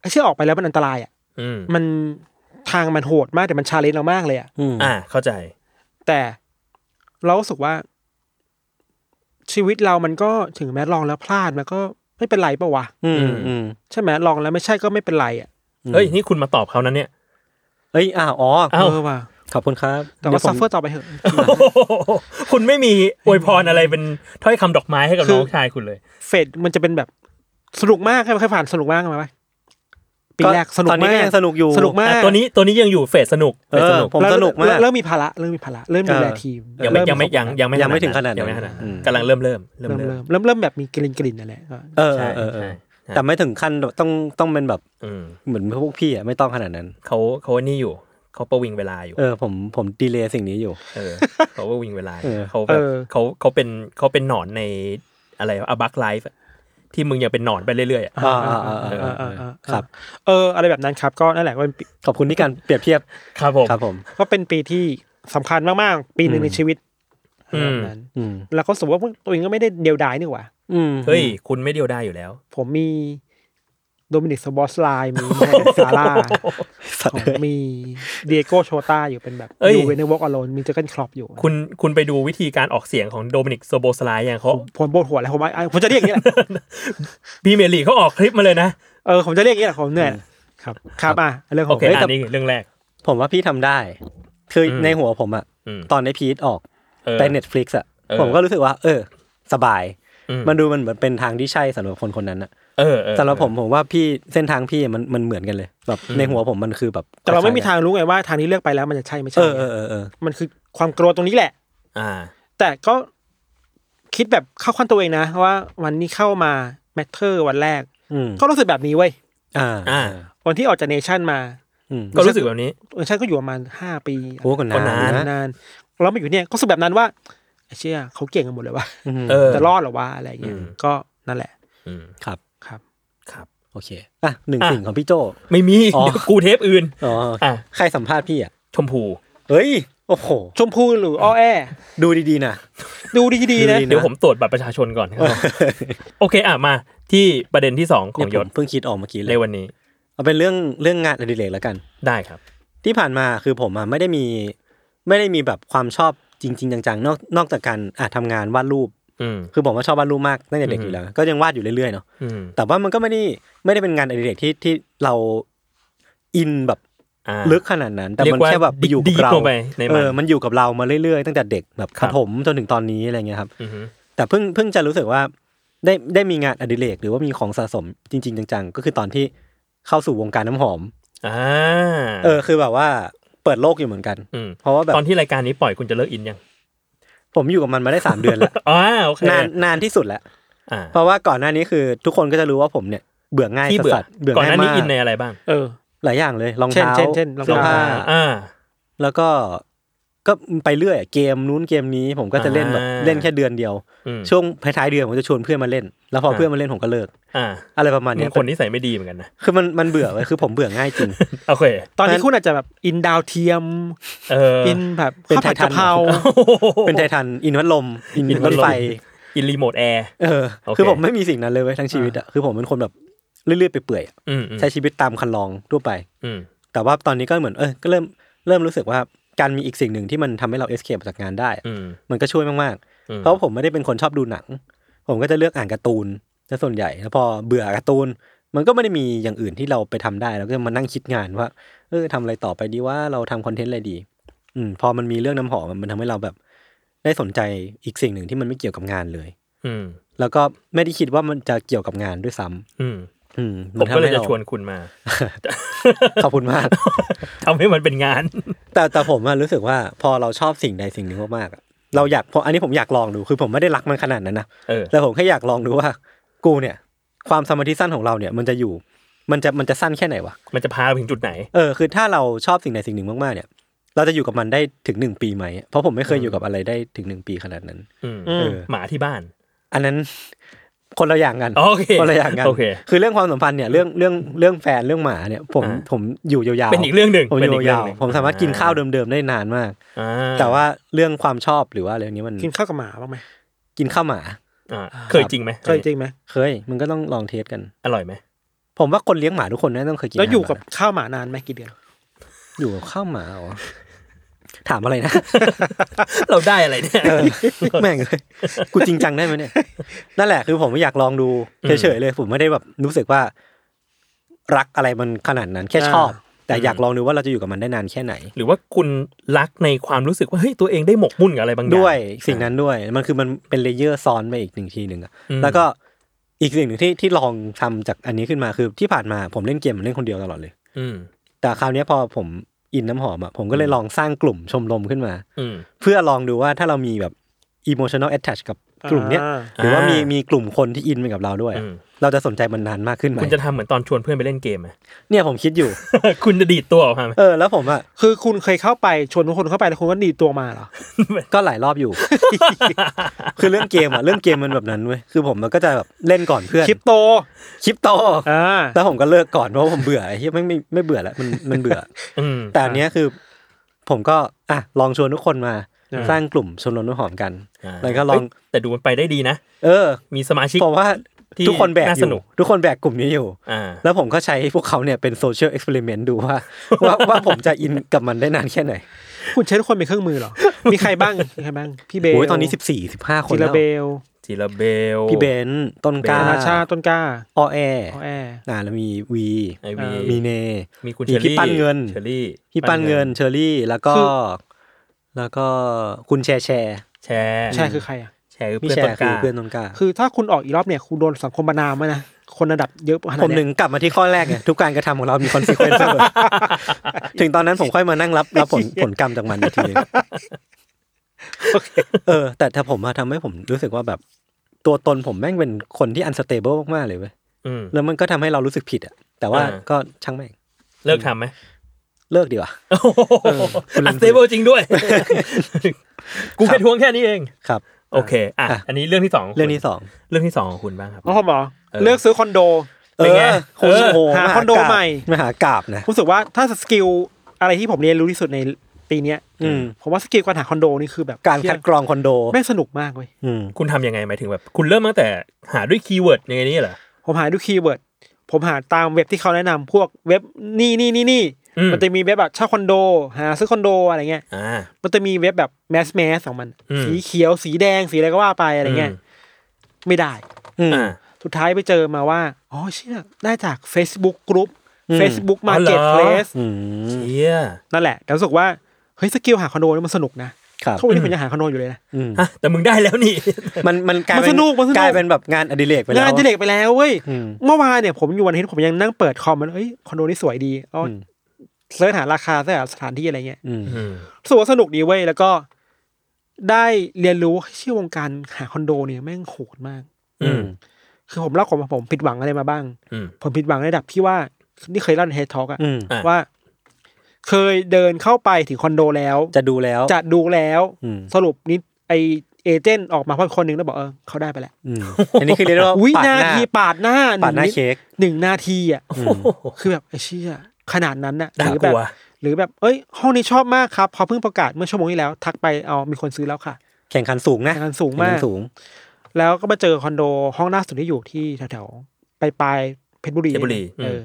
[SPEAKER 3] ไอเชื่อออกไปแล้วมันอันตรายอ่ะ
[SPEAKER 1] อืม
[SPEAKER 3] มันทางมันโหดมากแต่มันชาเลนจ์เรามากเลยอ่ะ
[SPEAKER 2] อืม
[SPEAKER 1] อ่า เข้าใจ
[SPEAKER 3] แต่เรารู้สึกว่า ชีวิตเรามันก็ถึงแม้ลองแล้วพลาดมันก็ไม่เป็นไรปะวะ
[SPEAKER 2] อืมอืม
[SPEAKER 3] ใช่ไหมลองแล้วไม่ใช่ก็ไม่เป็นไรอ่ะ
[SPEAKER 1] เฮ้ย นี่คุณมาตอบเขานั้นเนี่ย
[SPEAKER 2] เอ้ยอ้าวอ๋อ
[SPEAKER 1] เอ้า
[SPEAKER 3] *laughs* เออว่ะ
[SPEAKER 2] ขอบคุณครับ
[SPEAKER 3] แต่ว่า
[SPEAKER 2] ดี๋ย
[SPEAKER 3] ซั
[SPEAKER 2] วผ
[SPEAKER 3] ฟ
[SPEAKER 2] ม
[SPEAKER 3] เฟอร์ต่อไปเถอะ
[SPEAKER 1] คุณไม่มีอวยพรอะไรเป็นถ้อยคำดอกไม้ให้กับ
[SPEAKER 3] คือ
[SPEAKER 1] น้องชายคุณเลย
[SPEAKER 3] เฟดมันจะเป็นแบบสนุกมากใช่ไหมเคยผ่านสนุกมากมาไหมปีแรกสนุก
[SPEAKER 2] ตอนนี้
[SPEAKER 3] มาก
[SPEAKER 2] ยังสนุกอยู่
[SPEAKER 3] สนุกมาก
[SPEAKER 1] อ่ะตัวนี้ตัวนี้ยังอยู่เฟสสนุกเฟสสนุก
[SPEAKER 2] เออ ผม
[SPEAKER 3] แล้ว
[SPEAKER 2] สนุกมาก
[SPEAKER 3] เริ่มมีภาระเริ่มมีภาระเริ่มดูแล
[SPEAKER 2] เออ
[SPEAKER 3] ทีม
[SPEAKER 1] ยังไม่
[SPEAKER 3] เริ่
[SPEAKER 1] ยังไม่ยังยังไม่
[SPEAKER 2] ยังไม่ถึงขนาด
[SPEAKER 1] ยัง
[SPEAKER 2] นั้
[SPEAKER 1] ไม่
[SPEAKER 2] น
[SPEAKER 1] ขนาดนั้น
[SPEAKER 2] อืม
[SPEAKER 1] กำลังเริ่มเริ่มเริ่ม
[SPEAKER 3] เริ่ม
[SPEAKER 1] เริ่
[SPEAKER 3] เริ่
[SPEAKER 1] ม
[SPEAKER 3] มเริ่มเริ่มแบบมีกลิ่นกลิ่นนั่นแหละก็
[SPEAKER 2] เออ
[SPEAKER 1] ใช่
[SPEAKER 2] เออเออ
[SPEAKER 1] ใช่ใช่
[SPEAKER 2] แต่ไม่ถึงขั้นต้องต้องเป็นแบบ
[SPEAKER 1] อืม
[SPEAKER 2] เหมือนพวกพี่อ่ะไม่ต้องขนาดนั้น
[SPEAKER 1] เขาเขาไอ้นี่อยู่เขาประวิงเวลาอยู่
[SPEAKER 2] เออผมผมดีเลย์สิ่งนี้อยู่
[SPEAKER 1] เออเขาก็วิ่งเวลา
[SPEAKER 2] เออ
[SPEAKER 1] เขาแบบเขาเขาเป็นเขาเป็นหนอนในอะไรอบักไลฟ์ที่มึงยังเป็นหนอนไปเรื่อยๆอะ
[SPEAKER 2] อ่าอ่าอ่า
[SPEAKER 1] เออ
[SPEAKER 2] อ่า
[SPEAKER 3] เออเออเออ
[SPEAKER 2] ครับ
[SPEAKER 3] เอออะไรแบบนั้นครับ ก็นั่นแหละก็เป็นปี
[SPEAKER 2] ขอบคุณที่การเปรียบเทียบ
[SPEAKER 1] ครับผม
[SPEAKER 2] ครับผม
[SPEAKER 3] ก็เป็นปีที่สำคัญมาก ๆ ปีหนึ่ง
[SPEAKER 2] อืม
[SPEAKER 3] ในชีวิต
[SPEAKER 1] อืม
[SPEAKER 3] นั้น
[SPEAKER 2] อืม
[SPEAKER 3] แล้วก็รู้สมว่าตัวเองก็ไม่ได้เดียวดายนี่หว่า
[SPEAKER 2] อืม
[SPEAKER 1] เฮ้ย คุณไม่เดียวได้อยู่แล้ว
[SPEAKER 3] ผมมีโดมินิกสบอสไลน์มีแมนซาร่า
[SPEAKER 2] สัตว์
[SPEAKER 3] ผม
[SPEAKER 2] เอ้ย
[SPEAKER 3] มีเดโกโชตาอยู่เป็นแบบ
[SPEAKER 1] เอ้ย
[SPEAKER 3] อยู่เวนเวอล์กอโลนมีเจอร์เกนครอปอยู่
[SPEAKER 1] คุณคุณไปดูวิธีการออกเสียงของโดมินิกโซโบสไลายอย่างเขา
[SPEAKER 3] ผมปวดหัวแล้วผมอ่ะผมจะเรียกอย่างนี้แหละ
[SPEAKER 1] พี่เมลีเขาออกคลิปมาเลยนะ
[SPEAKER 3] เออผมจะเรียกอย่างนี้แหละผมเหนื่อยครับครับอ่ะเรื่องข
[SPEAKER 1] โอ
[SPEAKER 3] อง
[SPEAKER 1] เคอันนี้เรื่องแรก
[SPEAKER 2] ผมว่าพี่ทำได้ คืออ
[SPEAKER 1] ม
[SPEAKER 2] ในหัวผมอ่ะ
[SPEAKER 1] อืม
[SPEAKER 2] ตอนในพีทออก
[SPEAKER 1] ออ
[SPEAKER 2] ไป Netflix อ่ะ
[SPEAKER 1] เออ
[SPEAKER 2] ผมก็รู้สึกว่า เออ สบาย
[SPEAKER 1] อื
[SPEAKER 2] มันดูมันเหมือนเป็นทางที่ใช่สำหรับคนคนนั้นอ่ะ
[SPEAKER 1] เออเออ
[SPEAKER 2] สำหรับผมผมว่าพี่เส้นทางพี่มันมันเหมือนกันเลยแบบในหัวผมมันคือแบบ
[SPEAKER 3] แต่เราไม่มีทางรู้ไงว่าทางนี้เลือกไปแล้วมันจะใช่ไม่
[SPEAKER 2] เอ
[SPEAKER 3] ใช่
[SPEAKER 2] อเออเออเออ
[SPEAKER 3] มันคือความกลัวตรงนี้แหละ
[SPEAKER 1] อ่า
[SPEAKER 3] แต่ก็คิดแบบเข้าขั้นตัวเองนะว่าวันนี้เข้ามาแมทเทอร์วันแรก
[SPEAKER 2] อืม
[SPEAKER 3] ก็รู้สึกแบบนี้เว้ย
[SPEAKER 2] อ่า
[SPEAKER 1] อ่า
[SPEAKER 3] วันที่ออกจากเนชั่นมา
[SPEAKER 2] อืม
[SPEAKER 1] ก็รู้สึกแบบนี้
[SPEAKER 3] เนชั่นก็อยู่ประมาณห้าปี
[SPEAKER 2] โอ้กัน
[SPEAKER 1] ก็นาน
[SPEAKER 2] าน นนะ
[SPEAKER 3] นานเรามาอยู่เนี่ยก็รู้สึกแบบนั้นว่าไอ้เชี่ยเขาเก่งกันหมดเลยว่า
[SPEAKER 2] อืม
[SPEAKER 1] เออ
[SPEAKER 3] จะรอดเหรอวะอะไรอย่างเงี้ย
[SPEAKER 1] อืม
[SPEAKER 3] ก็นั่นแหละ
[SPEAKER 1] อืม
[SPEAKER 2] ครับ
[SPEAKER 3] ครับ
[SPEAKER 1] ครับ
[SPEAKER 2] โอเคอ่ะหนึ่ง
[SPEAKER 1] อ่ะ
[SPEAKER 2] สิ่งของพี่โจ
[SPEAKER 1] ไม่มี
[SPEAKER 2] อ๋อ
[SPEAKER 1] เดี๋ยวกูเทปอื่น
[SPEAKER 2] อ๋อ
[SPEAKER 1] อ่ะ
[SPEAKER 2] ใครสัมภาษณ์พี่อ่ะ
[SPEAKER 1] ชมพู
[SPEAKER 2] เฮ้ยโอ้โห
[SPEAKER 3] ชมพูหรืออ้อแอ
[SPEAKER 2] ดูดีๆนะ
[SPEAKER 3] ดูดีดีๆนะ
[SPEAKER 2] ดีๆ
[SPEAKER 1] เดี๋ยวผมตรวจบัตรประชาชนก่อนโอเคอ่ะมาที่ประเด็นที่สองของย
[SPEAKER 2] เนี่ย
[SPEAKER 1] ศ
[SPEAKER 2] ผมเพิ่งคิดออกเมื่อกี้เล
[SPEAKER 1] ใน
[SPEAKER 2] ย
[SPEAKER 1] วันนี้
[SPEAKER 2] เอาเป็นเรื่องเรื่องงานอดิเรกแล้วกัน
[SPEAKER 1] ได้ครับ
[SPEAKER 2] ที่ผ่านมาคือผมอ่ะไม่ได้มี ไม่ได้มีแบบความชอบจริง ๆ จังๆนอกนอกจากการอ่ะทำงานวาดรูป
[SPEAKER 1] อืม
[SPEAKER 2] คือผมว่าชอบวาดรูปมากตั้งแต่เด็ก
[SPEAKER 1] อืม
[SPEAKER 2] อยู่แล้ว ก็ยังวาดอยู่เรื่อยๆเนาะ
[SPEAKER 1] อืม
[SPEAKER 2] แต่ว่ามันก็ไม่ได้ไม่ได้เป็นงานอดิเรกที่ที่เราอินแบบ
[SPEAKER 1] อ่า
[SPEAKER 2] ลึกขนาดนั้น แต่
[SPEAKER 1] เรีย
[SPEAKER 2] มัน
[SPEAKER 1] กว่า
[SPEAKER 2] แค่แบบ
[SPEAKER 1] ดิ
[SPEAKER 2] อยู่กับเรา
[SPEAKER 1] ดีดลงไปในมัน
[SPEAKER 2] เออมันอยู่กับเรามาเรื่อยๆตั้งแต่เด็กแบบ
[SPEAKER 1] ค
[SPEAKER 2] ป
[SPEAKER 1] รับ
[SPEAKER 2] ฐมจนถึงตอนนี้อะไรเงี้ยครับ
[SPEAKER 1] อือฮึ
[SPEAKER 2] แต่เพิ่งเพิ่งจะรู้สึกว่าได้ได้มีงานอดิเรกหรือว่ามีของสะสมจริง ๆ จังๆ ก็คือตอนที่เข้าสู่วงการน้ำหอม
[SPEAKER 1] อ่า
[SPEAKER 2] เออคือแบบว่าเปิดโลกอยู่เหมือนกัน
[SPEAKER 1] ม
[SPEAKER 2] เพราะว่าแบบ
[SPEAKER 1] ตอนที่รายการนี้ปล่อยคุณจะเลิกอินยัง
[SPEAKER 2] ผมอยู่กับมันมาได้สามเดือน
[SPEAKER 1] *laughs*
[SPEAKER 2] แล้ว
[SPEAKER 1] อ่าโอเคน
[SPEAKER 2] านนานที่สุดแล้ว
[SPEAKER 1] อ่า
[SPEAKER 2] เพราะว่าก่อนหน้านี้คือทุกคนก็จะรู้ว่าผมเนี่ยเบื่อง่าย
[SPEAKER 1] ที่เบื่อ
[SPEAKER 2] สัสๆเบื่อ
[SPEAKER 1] ก่อนห
[SPEAKER 2] ง่า
[SPEAKER 1] น้า
[SPEAKER 2] ย
[SPEAKER 1] นี้
[SPEAKER 2] มาก
[SPEAKER 1] อินในอะไรบ้าง
[SPEAKER 3] เออ
[SPEAKER 2] หลายอย่างเลยรองเท้า
[SPEAKER 3] เช่นเช่นเช่นรอง
[SPEAKER 2] สื้อ
[SPEAKER 3] เท้า
[SPEAKER 2] ผ้า
[SPEAKER 1] อ่า
[SPEAKER 2] แล้วก็ ก็ไปเรื่อยอะเกมนู้นเกมนี้ผมก็จะเล่นแบบ
[SPEAKER 1] อ่า
[SPEAKER 2] เล่นแค่เดือนเดียว
[SPEAKER 1] อืม
[SPEAKER 2] ช่วงท้ายๆเดือนผมจะชวนเพื่อนมาเล่น แล้วพอ
[SPEAKER 1] ฮะ
[SPEAKER 2] เพื่อนมาเล่นผมก็เลิก
[SPEAKER 1] อ่า
[SPEAKER 2] อะไรประมาณ
[SPEAKER 1] มึ
[SPEAKER 2] เนี้
[SPEAKER 1] ง
[SPEAKER 2] ย
[SPEAKER 1] คนนิสัยไม่ดีเหมือนกันนะ
[SPEAKER 2] คือมันมันเบื่อเว้ยคือผมเบื่อง่ายจริง
[SPEAKER 1] โอเค
[SPEAKER 3] ตอนนี้
[SPEAKER 2] มัน
[SPEAKER 3] คุณอาจจะแบบอินดาวเทียม
[SPEAKER 1] เออ
[SPEAKER 3] อินแบบ
[SPEAKER 2] เป็น
[SPEAKER 3] ข้าวผัด
[SPEAKER 2] ไททั
[SPEAKER 3] กะ
[SPEAKER 2] น
[SPEAKER 3] เพรา
[SPEAKER 2] เป็นไททันอินวัดลมอินวัดไฟ
[SPEAKER 1] อินรีโมทแอร์
[SPEAKER 2] เออ
[SPEAKER 1] โอเค
[SPEAKER 2] คือผมไม่มีสิ่งนั้นเลยเว้ยทั้งชีวิตอะคือผมเป็นคนแบบเรื่อยๆไปเปื่อยๆอะ
[SPEAKER 1] อืมอืม
[SPEAKER 2] ใช้ชีวิตตามคันลองทั่วไป
[SPEAKER 1] อืม
[SPEAKER 2] แต่ว่าตอนนี้ก็เหมือนเออก็เริ่มเริ่มรู้สึกว่าการมีอีกสิ่งหนึ่งที่มันทำให้เราเอสเคปจากงานได้อะ
[SPEAKER 1] อืม
[SPEAKER 2] มันก็ช่วยมาก
[SPEAKER 1] อืม
[SPEAKER 2] ๆ เพราะผมไม่ได้เป็นคนชอบดูหนัง ผมก็จะเลือกอ่านการ์ตูนและส่วนใหญ่แล้วพอเบื่อการ์ตูน มันก็ไม่ได้มีอย่างอื่นที่เราไปทำได้เราก็จะมานั่งคิดงานว่าเออทำอะไรต่อไปดีว่าเราทำคอนเทนต์อะไรดี อืมพอมันมีเรื่องน้ำหอมมันทำให้เราแบบ ได้สนใจอีกสิ่งหนึ่งที่มันไม่เกี่ยวกับงานเลย
[SPEAKER 1] อืม
[SPEAKER 2] แล้วก็ไม่ได้คิดว่ามันจะเกี่ยวกับงานด้วยซ้ำ
[SPEAKER 1] อืม
[SPEAKER 2] อืม
[SPEAKER 1] ผ
[SPEAKER 2] น
[SPEAKER 1] ม
[SPEAKER 2] ทำ
[SPEAKER 1] ก็เลย
[SPEAKER 2] ให้
[SPEAKER 1] จะ
[SPEAKER 2] รา
[SPEAKER 1] ชวนคุณ
[SPEAKER 2] *laughs*
[SPEAKER 1] มา
[SPEAKER 2] ขอบคุณมาก *laughs*
[SPEAKER 1] ทำให้มันเป็นงาน
[SPEAKER 2] แต่แต่ผมอะรู้สึกว่าพอเราชอบสิ่งใดสิ่งหนึ่งมากๆอะเราอยากพออันนี้ผมอยากลองดูคือผมไม่ได้รักมันขนาดนั้นนะ
[SPEAKER 1] เออ
[SPEAKER 2] แต่ผมแค่อยากลองดูว่า กูเนี่ย ความสมาธิสั้นของเราเนี่ย มันจะอยู่ มันจะมันจะสั้นแค่ไหนวะ
[SPEAKER 1] มันจะพาเราถึงจุดไหน
[SPEAKER 2] เออคือถ้าเราชอบสิ่งใดสิ่งหนึ่งมากๆเนี่ย เราจะอยู่กับมันได้ถึงหนึ่งปีไหมเพราะผมไม่เคยอยู่กับอะไรได้ถึงหนึ่งปีขนาดนั้น
[SPEAKER 1] อืม
[SPEAKER 2] เออ
[SPEAKER 1] หมาที่บ้าน
[SPEAKER 2] อัน *laughs* นั้น คนละอย่างกัน
[SPEAKER 1] โอเค
[SPEAKER 2] คนละอย่างกัน
[SPEAKER 1] โอเค
[SPEAKER 2] คือเรื่องความสัมพันธ์เนี่ยเรื่องเรื่องเรื่องแฟนเรื่องหมาเนี่ย ผม
[SPEAKER 1] อ่า
[SPEAKER 2] ผมอยู่ยาวๆ
[SPEAKER 1] เป็นอีกเรื่องหนึ่ง
[SPEAKER 2] ผมอ
[SPEAKER 1] เป็นอีกเรื่อย
[SPEAKER 2] ยู่าง ว
[SPEAKER 1] หนึ่ง
[SPEAKER 2] ๆผมสามารถกินข้าวเดิมๆได้นานมาก
[SPEAKER 1] อ่
[SPEAKER 2] แต่ว่าเรื่องความชอบหรือว่าอะไรนี้มัน
[SPEAKER 3] กินข้าวกับหมาบ้างไหม
[SPEAKER 2] กินข้าวหมา
[SPEAKER 1] อ่าเคยจริงไหม
[SPEAKER 3] เคยจริงไหม
[SPEAKER 2] เคย มันก็ต้องลองเทสกัน
[SPEAKER 1] อร่อยไหม
[SPEAKER 2] ผมว่าคนเลี้ยงหมาทุกคนน่าจะต้องเคยกิน
[SPEAKER 3] แล้วอยู่
[SPEAKER 2] าหาร
[SPEAKER 3] กับข้าวหมานานไหมกี่เดือน
[SPEAKER 2] อยู่กับข้าวหมาเหรอถามอะไรนะ
[SPEAKER 1] เราได้อะไรเนี่ย
[SPEAKER 2] เออ *laughs* แม่งเลยกูจริงจังได้ไหมเนี่ยนั่นแหละคือผมอยากลองดู
[SPEAKER 1] อืม
[SPEAKER 2] เฉยๆเลย ผมไม่ได้แบบรู้สึกว่า รักอะไรมันขนาดนั้น แค่
[SPEAKER 3] อ่า
[SPEAKER 2] ชอบ แต่
[SPEAKER 1] อืม
[SPEAKER 2] อยากลองดูว่าเราจะอยู่กับมันได้นานแค่ไหน
[SPEAKER 1] หรือว่าคุณรักในความรู้สึกว่าเฮ้ยตัวเองได้หมกมุ่นกับอะไรบางอย่าง
[SPEAKER 2] ด้วยสิ่งนั้นด้วย มันคือมันเป็นเลเยอร์ซ้อนไปอีกหนึ่งทีหนึ่งอะ
[SPEAKER 1] อืม
[SPEAKER 2] แล้วก็อีกสิ่งหนึ่งที่ที่ลองทำจากอันนี้ขึ้นมาคือที่ผ่านมาผมเล่นเกมผมเล่นคนเดียวตลอดเลย
[SPEAKER 1] อืม
[SPEAKER 2] แต่คราวเนี้ยพอผมอินน้ำหอมอะผมก็เลยลองสร้างกลุ่มชมรมขึ้นมา
[SPEAKER 1] อืม
[SPEAKER 2] เพื่อลองดูว่าถ้าเรามีแบบ emotional attach กับกลุ่มเนี้ย
[SPEAKER 3] อ่า
[SPEAKER 2] หรือว่า
[SPEAKER 1] อ่ามี
[SPEAKER 2] มีมีกลุ่มคนที่อินไปกับเราด้วยอะ
[SPEAKER 1] อืม
[SPEAKER 2] เราจะสนใจมันนานมากขึ้นไหม
[SPEAKER 1] คุณจะทำเหมือนตอนชวนเพื่อนไปเล่นเกมไหม
[SPEAKER 2] เนี่ยผมคิดอยู่
[SPEAKER 1] คุณจะดีดตัวออกมาไหม
[SPEAKER 2] เออแล้วผมอะ
[SPEAKER 3] คือคุณเคยเข้าไปชวนทุกคนเข้าไปแล้วคุณก็ดีดตัวมาเหรอ
[SPEAKER 2] ก็หลายรอบอยู่ *laughs* คือเรื่องเกมอะเรื่องเกมมันแบบนั้นเว้ยคือผมมันก็จะแบบเล่นก่อนเพื่อน
[SPEAKER 3] คริปโต
[SPEAKER 2] คลิปโต
[SPEAKER 3] อ่า
[SPEAKER 2] แล้วผมก็เลิกก่อนเพราะว่าผมเบื่อไอ้ที่ไม่ไม่ไม่เบื่อแล้วมันมันเบื่อ
[SPEAKER 1] *laughs* อืม
[SPEAKER 2] แต่อันเนี้ยคือ ผมก็อ่ะลองชวนทุกคนมา
[SPEAKER 3] อ่า
[SPEAKER 2] สร้างกลุ่มชมรมน้ำหอมกัน
[SPEAKER 1] า
[SPEAKER 2] แล้วก็ลอง
[SPEAKER 1] เยแต่ดูมันไปได้ดีนะ
[SPEAKER 2] เออ
[SPEAKER 1] มีสมาชิก
[SPEAKER 2] ผมว่า
[SPEAKER 1] ที่
[SPEAKER 2] ทุกคนแบก
[SPEAKER 1] น่า
[SPEAKER 2] อ
[SPEAKER 1] ส
[SPEAKER 2] ยู่
[SPEAKER 1] นุก
[SPEAKER 2] ทุกคนแบกกลุ่มนี้อยู่
[SPEAKER 1] อ่า
[SPEAKER 2] แล้วผมก็ใช้พวกเขาเนี่ยเป็นโซเชียลเอ็กซ์เพร์เมนต์ดูว่า *laughs* ว่าว่าผมจะอินกับมันได้นานแค่ไหน
[SPEAKER 3] คุณใช้ทุกคนเป็นเครื่องมือเห
[SPEAKER 2] *laughs*
[SPEAKER 3] รอ มีใครบ้าง มีใครบ้าง พี่เบล
[SPEAKER 2] โอ้ยตอนนี้สิบสี่สิบห้าคน
[SPEAKER 3] จิ
[SPEAKER 2] แล้
[SPEAKER 3] ราว เบล
[SPEAKER 1] จิระเบล
[SPEAKER 2] พี่เบนซ์ต้นกล้า
[SPEAKER 3] นาชาต้นกล้า
[SPEAKER 2] ออแอ
[SPEAKER 3] พ่อแอร์
[SPEAKER 2] อ่าแล้วมีวี
[SPEAKER 1] ไอวี
[SPEAKER 2] มีเน
[SPEAKER 1] มีคุณ
[SPEAKER 2] มี
[SPEAKER 1] เชอ
[SPEAKER 2] พี่
[SPEAKER 1] รี่
[SPEAKER 2] ปั้นเงิน
[SPEAKER 1] เชอรี่
[SPEAKER 2] พี่ปันเงินเชอรี่แล้วก็ แล้วก็คุณแชร์แชร์
[SPEAKER 1] แชร์
[SPEAKER 3] ใช่คือใครอ่ะ
[SPEAKER 1] แชร์คือ
[SPEAKER 2] พี่
[SPEAKER 1] เพื่อน
[SPEAKER 2] แช
[SPEAKER 1] ต้
[SPEAKER 2] ร์
[SPEAKER 1] นก
[SPEAKER 2] คือ
[SPEAKER 1] ล้า
[SPEAKER 2] เพื่อนต้นกล้า
[SPEAKER 3] คือถ้าคุณออกอีกรอบเนี่ย คุณโดนสังคมประนามไหมนะ คนระดับเยอะขนาด
[SPEAKER 2] ผมห
[SPEAKER 3] เนี้
[SPEAKER 2] นึ่
[SPEAKER 3] ย
[SPEAKER 2] งกลับมาที่ข้อแรกไงทุกการกระทำของเรามีคอน s e เค e n c e เส
[SPEAKER 3] *laughs*
[SPEAKER 2] มอถึงตอนนั้นผมค่อยมานั่งรับรับผลผลกรรมจากมันอีกทีหนึ่งเออ แต่ถ้าผมมาทำให้ผมรู้สึกว่าแบบ ตัวตนผมแม่งเป็นคนที่อันสเตเบิลมากๆเลยเว้ย
[SPEAKER 1] อืม
[SPEAKER 2] แล้วมันก็ทำให้เรารู้สึกผิดอะแต่ว่า
[SPEAKER 1] อ่า
[SPEAKER 2] ก็ช่างแม่ง
[SPEAKER 1] เลิกทำไหม
[SPEAKER 2] เลิกดีกว่า
[SPEAKER 1] อันสเตเบิลจริงด้วย กูแค่ทวงแค่นี้เอง
[SPEAKER 2] ครับ
[SPEAKER 1] โอเค อ่ะ
[SPEAKER 2] อ่ะ
[SPEAKER 1] อันนี้เรื่องที่สองขคุณ
[SPEAKER 2] เรื่องที่สอง
[SPEAKER 1] เรื่องที่สองของคุณบ้างครับ
[SPEAKER 3] น้องผมเหรอ
[SPEAKER 1] เออ
[SPEAKER 3] เลือกซื้อคอนโด
[SPEAKER 1] เป็นไง
[SPEAKER 2] ออโอ้โห
[SPEAKER 3] หาคอนโดใหม่
[SPEAKER 2] มหากราบนะ
[SPEAKER 3] ผมรู้สึกว่าถ้าสกิลอะไรที่ผมเรียนรู้ที่สุดในปีเนี้ย
[SPEAKER 2] อืม
[SPEAKER 3] ผมว่าสกิลการหาคอนโดนี่คือแบบ
[SPEAKER 2] การคัดกรองคอนโด
[SPEAKER 3] ไม่งสนุกมากเว้ย
[SPEAKER 2] อืม
[SPEAKER 1] คุณทำยังไงหมายถึงแบบ คุณเริ่มตั้งแต่หาด้วยคีย์เวิร์ดยังไงนี่เหรอ
[SPEAKER 3] ผมหาดูคีย์เวิร์ด ผมหาตามเว็บที่เขาแนะนำพวกเว็บนี่นี่นี่นี่
[SPEAKER 1] อืม
[SPEAKER 3] มันจะมีเว็บแบบเช่าคอนโด หาซื้อคอนโดอะไรเงี้ย
[SPEAKER 1] อ่า
[SPEAKER 3] มันจะมีเว็บแบบแมสแมสของมัน
[SPEAKER 1] อืม
[SPEAKER 3] สีเขียว สีแดง สีอะไรก็ว่าไปอะไรเงี้ย ไม่ได้
[SPEAKER 1] อ่า
[SPEAKER 3] สุดท้ายไปเจอมาว่า อ๋อเชื่อได้จาก Facebook Group
[SPEAKER 2] อืม
[SPEAKER 3] Facebook
[SPEAKER 1] อ๋อเหรอ
[SPEAKER 3] Marketplace
[SPEAKER 2] อืม
[SPEAKER 1] เชี่ย
[SPEAKER 3] นั่นแหละแล้วรู้สึกว่า เฮ้ย สกิลหาคอนโดนี่มันสนุกนะครับ ทุกวันนี้ผมยังหาคอนโดอยู่เลยนะ
[SPEAKER 2] อืม
[SPEAKER 1] ฮะแต่มึงได้แล้วนี่
[SPEAKER 2] มันมันกลายเป็
[SPEAKER 3] มันสนุกมันสนุก
[SPEAKER 2] กลายเป็นแบบงานอดิเรกไปแล้ว
[SPEAKER 3] งาน
[SPEAKER 2] อะ
[SPEAKER 3] จะเด็กไปแล้วเว้ย
[SPEAKER 2] อืม
[SPEAKER 3] เมื่อวานเนี่ยผมอยู่วันอาทิตย์ผมยังนั่งเปิดคอมมันเอ้ยคอนโดนี่สวยดีเอาเสิร์ชหาราคาเสิร์ชหาสถานที่อะไรเงี้ย
[SPEAKER 2] อืม
[SPEAKER 1] อืม
[SPEAKER 3] รู้สึกว่าสนุกดีเว้ยแล้วก็ได้เรียนรู้เชื่อวงการหาคอนโดเนี่ยแม่งโหดมาก
[SPEAKER 1] อืม
[SPEAKER 3] คือผมเล่าของผมผิดหวังอะไรมาบ้าง
[SPEAKER 1] อืม
[SPEAKER 3] ผมผิดหวังในระดับที่ว่านี่เคยเล่าในเทสท็อกอะ
[SPEAKER 2] อืม
[SPEAKER 1] อ่ะ
[SPEAKER 3] ว่า เคยเดินเข้าไปถึงคอนโดแล้ว
[SPEAKER 2] จะดูแล้ว
[SPEAKER 3] จะดูแล้ว
[SPEAKER 2] อืม
[SPEAKER 3] สรุปนิดไอเอเจนต์ออกมาพอคนหนึงแล้วบอกเออเขาได้ไปแล้ว
[SPEAKER 2] อืมอันนี้คือเรียกว่า
[SPEAKER 3] วิ
[SPEAKER 2] ปาดห
[SPEAKER 3] นา
[SPEAKER 2] น้า
[SPEAKER 3] ทีปาดหน้า
[SPEAKER 2] ปาดหน้า
[SPEAKER 3] นึ่ง
[SPEAKER 2] เค้ก
[SPEAKER 3] หนึ่งนาทีอ่ะ
[SPEAKER 2] อืม
[SPEAKER 3] คือแบบไอ้เชี่ยขนาดนั้นน่ะห
[SPEAKER 1] น่า
[SPEAKER 3] รื
[SPEAKER 1] ก
[SPEAKER 3] แบบ
[SPEAKER 1] ลัว
[SPEAKER 3] หรือแบบเอ้ย ห้องนี้ชอบมากครับพอเพิ่งประกาศเมื่อชั่วโมงที่แล้ว ทักไปเอามีคนซื้อแล้วค่ะ
[SPEAKER 2] แข่งขันสูงนะ
[SPEAKER 3] แข่งขันสูงมาก
[SPEAKER 2] แข่ขันสูง
[SPEAKER 3] แล้วก็มาเจอคอนโดห้องล่าสุดที่อยู่ที่แถวๆไปลายๆเพชรบุรี
[SPEAKER 1] เพชรบุรี
[SPEAKER 3] เอออ
[SPEAKER 1] ม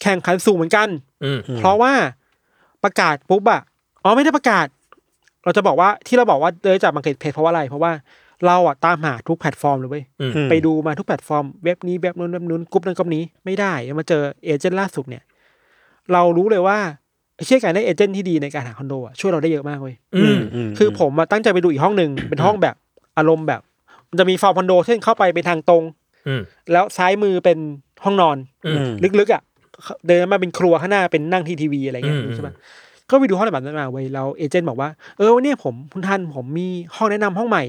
[SPEAKER 3] แข่งขันสูงเหมือนกัน
[SPEAKER 1] อืม
[SPEAKER 3] เพราะว่าประกาศปุ๊บอะอ๋อไม่ได้ประกาศ เราจะบอกว่าที่เราบอกว่าเลยจากมังเกตเพจเพราะว่าอะไร เพราะว่าเราอะตามหาทุกแพลตฟอร์มเลยเว้ย
[SPEAKER 1] อืม
[SPEAKER 3] ไปดูมาทุกแพลตฟอร์มเว็บนี้เว็บนู้นเว็บนู้นกรุ๊ปนั้นกรุ๊ปนี้ไม่ได้มาเจอเอเจนต์ล่าสุดเนี่ย เรารู้เลยว่าเชื่อการได้เอเจนต์ที่ดีในการหาคอนโดอะช่วยเราได้เยอะมากเว้ย
[SPEAKER 1] อืม
[SPEAKER 2] อืม
[SPEAKER 3] คือผมอะตั้งใจไปดูอีกห้องหนึ่ง เป็นห้องแบบอารมณ์แบบ มันจะมีฟอร์มคอนโดเช่นเข้าไปเป็นทางตรง
[SPEAKER 1] อืม
[SPEAKER 3] แล้วซ้ายมือเป็นห้องนอน
[SPEAKER 1] อืม
[SPEAKER 3] ลึกๆอ่ะเดินมาเป็นครัวข้างหน้าเป็นนั่งที่ทีวีอะไรเงี้ย
[SPEAKER 1] อืม
[SPEAKER 3] ใช่ปะก็ไปดูห้องแบบนั้นมาเว้ยแล้วเอเจนต์บอกว่าเออวันเนี้ยผมคุณท่านผมมีห้องแนะนำห้องใหม่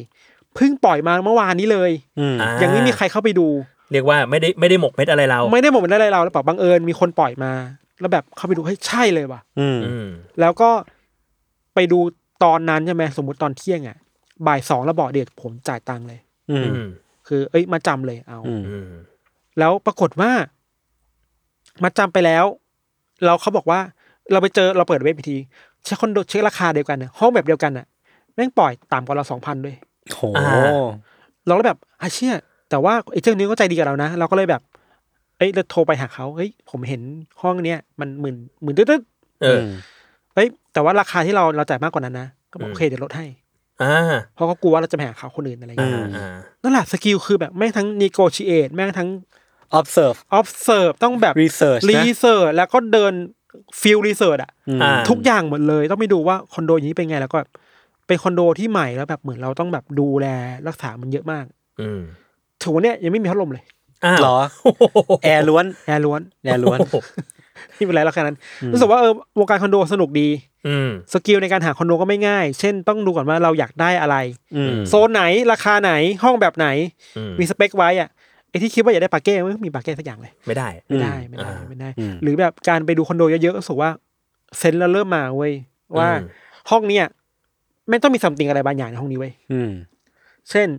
[SPEAKER 3] เพิ่งปล่อยมาเมื่อวานนี้เลย
[SPEAKER 2] อืม
[SPEAKER 1] อ่า
[SPEAKER 3] ยังไม่มีใครเข้าไปดู
[SPEAKER 1] เรียกว่าไม่ได้ไม่ได้หมกเม็ดอะไรเรา
[SPEAKER 3] ไม่ได้บอกมันได้อะไรเราแล้วบอกบังเอิญมีคนปล่อยมา แล้วแบบเข้าไปดูเฮ้ยใช่เลยว่ะ
[SPEAKER 2] อืม
[SPEAKER 1] อืม
[SPEAKER 3] แล้วก็ไปดูตอนนั้นใช่ไหมสมมติตอนเที่ยงอ่ะบ่ายสองแล้วบอกเด็กผมจ่ายตังค์เลย
[SPEAKER 2] อืม
[SPEAKER 1] อืม
[SPEAKER 3] คือ เอ้ยมาจำเลยเอา
[SPEAKER 2] อืม
[SPEAKER 1] อืม
[SPEAKER 3] แล้วปรากฏว่า มาจำไปแล้ว เราเขาบอกว่า เราไปเจอเราเปิดเว็บอีกทีเช็คคอนโดเช็คราคาเดียวกันน่ะห้องแบบเดียวกันน่ะแม่งปล่อยต่ำกว่าเราสองพันด้วย
[SPEAKER 2] โห
[SPEAKER 3] เราก็แบบอาเชี่ยแต่ว่าไอ้เจ้านี้ก็ใจดีกับเรานะ เราก็เลยแบบ เอ้ยเราโทรไปหาเขาเฮ้ยผมเห็นห้องเนี้ยมันหมื่นหมื่นตึ๊ด
[SPEAKER 1] เออ
[SPEAKER 3] ๆเอ้ยแต่ว่าราคาที่เราเราจ่ายมากกว่านั้นนะก็บอก
[SPEAKER 1] อืม
[SPEAKER 3] โอเคเดี๋ยวลดให้
[SPEAKER 1] อ่า
[SPEAKER 3] เพราะเขากลัวว่าเราจะไปหาเขาคนอื่นอะไรอย่าง
[SPEAKER 1] อ่า
[SPEAKER 3] เงี้ย
[SPEAKER 1] อ่า
[SPEAKER 3] นั่นแหละสกิลคือแบบแม่งทั้ง negotiate แม่งทั้ง
[SPEAKER 2] observe
[SPEAKER 3] observe ต้องแบบ
[SPEAKER 2] research นะ
[SPEAKER 3] research แล้วก็เดิน field research อะ
[SPEAKER 2] อืม
[SPEAKER 1] อ่า
[SPEAKER 3] ทุกอย่างหมดเลย ต้องไปดูว่าคอนโดอย่างนี้เป็นไงแล้วก็แบบเป็นคอนโดที่ใหม่แล้วแบบเหมือนเราต้องแบบดูแลรักษามันเยอะมาก
[SPEAKER 1] อืม
[SPEAKER 3] ถึงวันเนี้ยยังไม่มีพัดลมเลย
[SPEAKER 1] อ้าว
[SPEAKER 2] หรอ แอร์ล้วน
[SPEAKER 3] แอร์ล้วน
[SPEAKER 2] แอร์ล้วน
[SPEAKER 3] ที่เป็นไรแล้วแค่นั้น รู้สึกว่าเออวงการคอนโดสนุกดี
[SPEAKER 1] อืม
[SPEAKER 3] สกิลในการหาคอนโดก็ไม่ง่าย เช่นต้องดูก่อนว่าเราอยากได้อะไร
[SPEAKER 2] อืม
[SPEAKER 3] โซนไหนราคาไหนห้องแบบไหน
[SPEAKER 1] อืม
[SPEAKER 3] มีสเปคไว้อะไอที่คิดว่าอยากได้ปาเก้ไม่มีปาเก้สักอย่างเลย
[SPEAKER 1] ไม่ได้
[SPEAKER 3] ไม่ได้
[SPEAKER 1] อืม
[SPEAKER 3] ไม่ได้
[SPEAKER 1] อ่า
[SPEAKER 3] ไม่ได้
[SPEAKER 2] อืม
[SPEAKER 3] หรือแบบการไปดูคอนโดเยอะๆก็รู้สึกว่าเซนส์เราเริ่มมาเว้ยว่า
[SPEAKER 1] อืม
[SPEAKER 3] ห้องเนี้ยไม่งต้องมีสัมติงอะไรบางอย่างในห้องนี้เว้ย
[SPEAKER 2] อืม
[SPEAKER 3] เช่น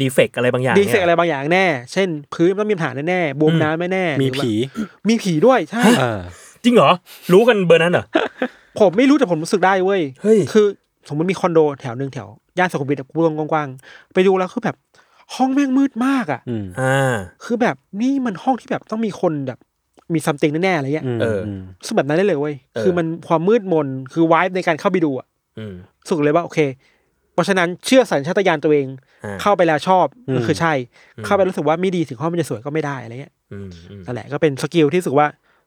[SPEAKER 1] ดีเฟกอะไรบางอย่าง
[SPEAKER 3] ดี
[SPEAKER 1] นี่ย
[SPEAKER 3] เฟกอะไรบางอย่างแน่ เช่น พื้นมันต้องมีปัญหาแน่ๆบวม
[SPEAKER 1] อืม
[SPEAKER 3] น้ำแน่ๆ
[SPEAKER 2] มี
[SPEAKER 3] หรือว่า
[SPEAKER 2] ผี
[SPEAKER 3] มีผีด้วยใช่
[SPEAKER 2] เออ
[SPEAKER 1] จริงเหรอ รู้กันเบอร์นั้นเหรอ
[SPEAKER 3] ผมไม่รู้แต่ผมรู้สึกได้เว้ย
[SPEAKER 1] เฮ้ย
[SPEAKER 3] คือสมมติมีคอนโดแถวหนึ่งแถวย่านสุขุมวิทกูลงกว้างๆไปดูแล้วคือแบบห้องแม่งมืดมากอ่ะ
[SPEAKER 2] อืม
[SPEAKER 1] อ่า
[SPEAKER 3] คือแบบนี่มันห้องที่แบบต้องมีคนแบบมีซัมติงแน่ๆอะไรเงี้ย
[SPEAKER 2] ม
[SPEAKER 1] เอออื
[SPEAKER 2] ม
[SPEAKER 3] รู้สึกแบบนั้นได้เลยเว้ย
[SPEAKER 1] เออ
[SPEAKER 3] คือมันความมืดมนคือวายในการเข้าไปดูอะ
[SPEAKER 1] อืม
[SPEAKER 3] รู้สึกเลยว่าโอเค เพราะฉะนั้นเชื่อสัญชาตญาณตัวเอง
[SPEAKER 1] อ่า
[SPEAKER 3] เข้าไปแล้วชอบก็คือใช่
[SPEAKER 1] อืม
[SPEAKER 3] เข้าไปรู้สึกว่าไม่ดีถึงห้องมันจะสวยก็ไม่ได้อะไรเงี้ย
[SPEAKER 1] อืมอืม
[SPEAKER 3] นั่นแหละก็เป็นสกิลที่รู้สึกว่า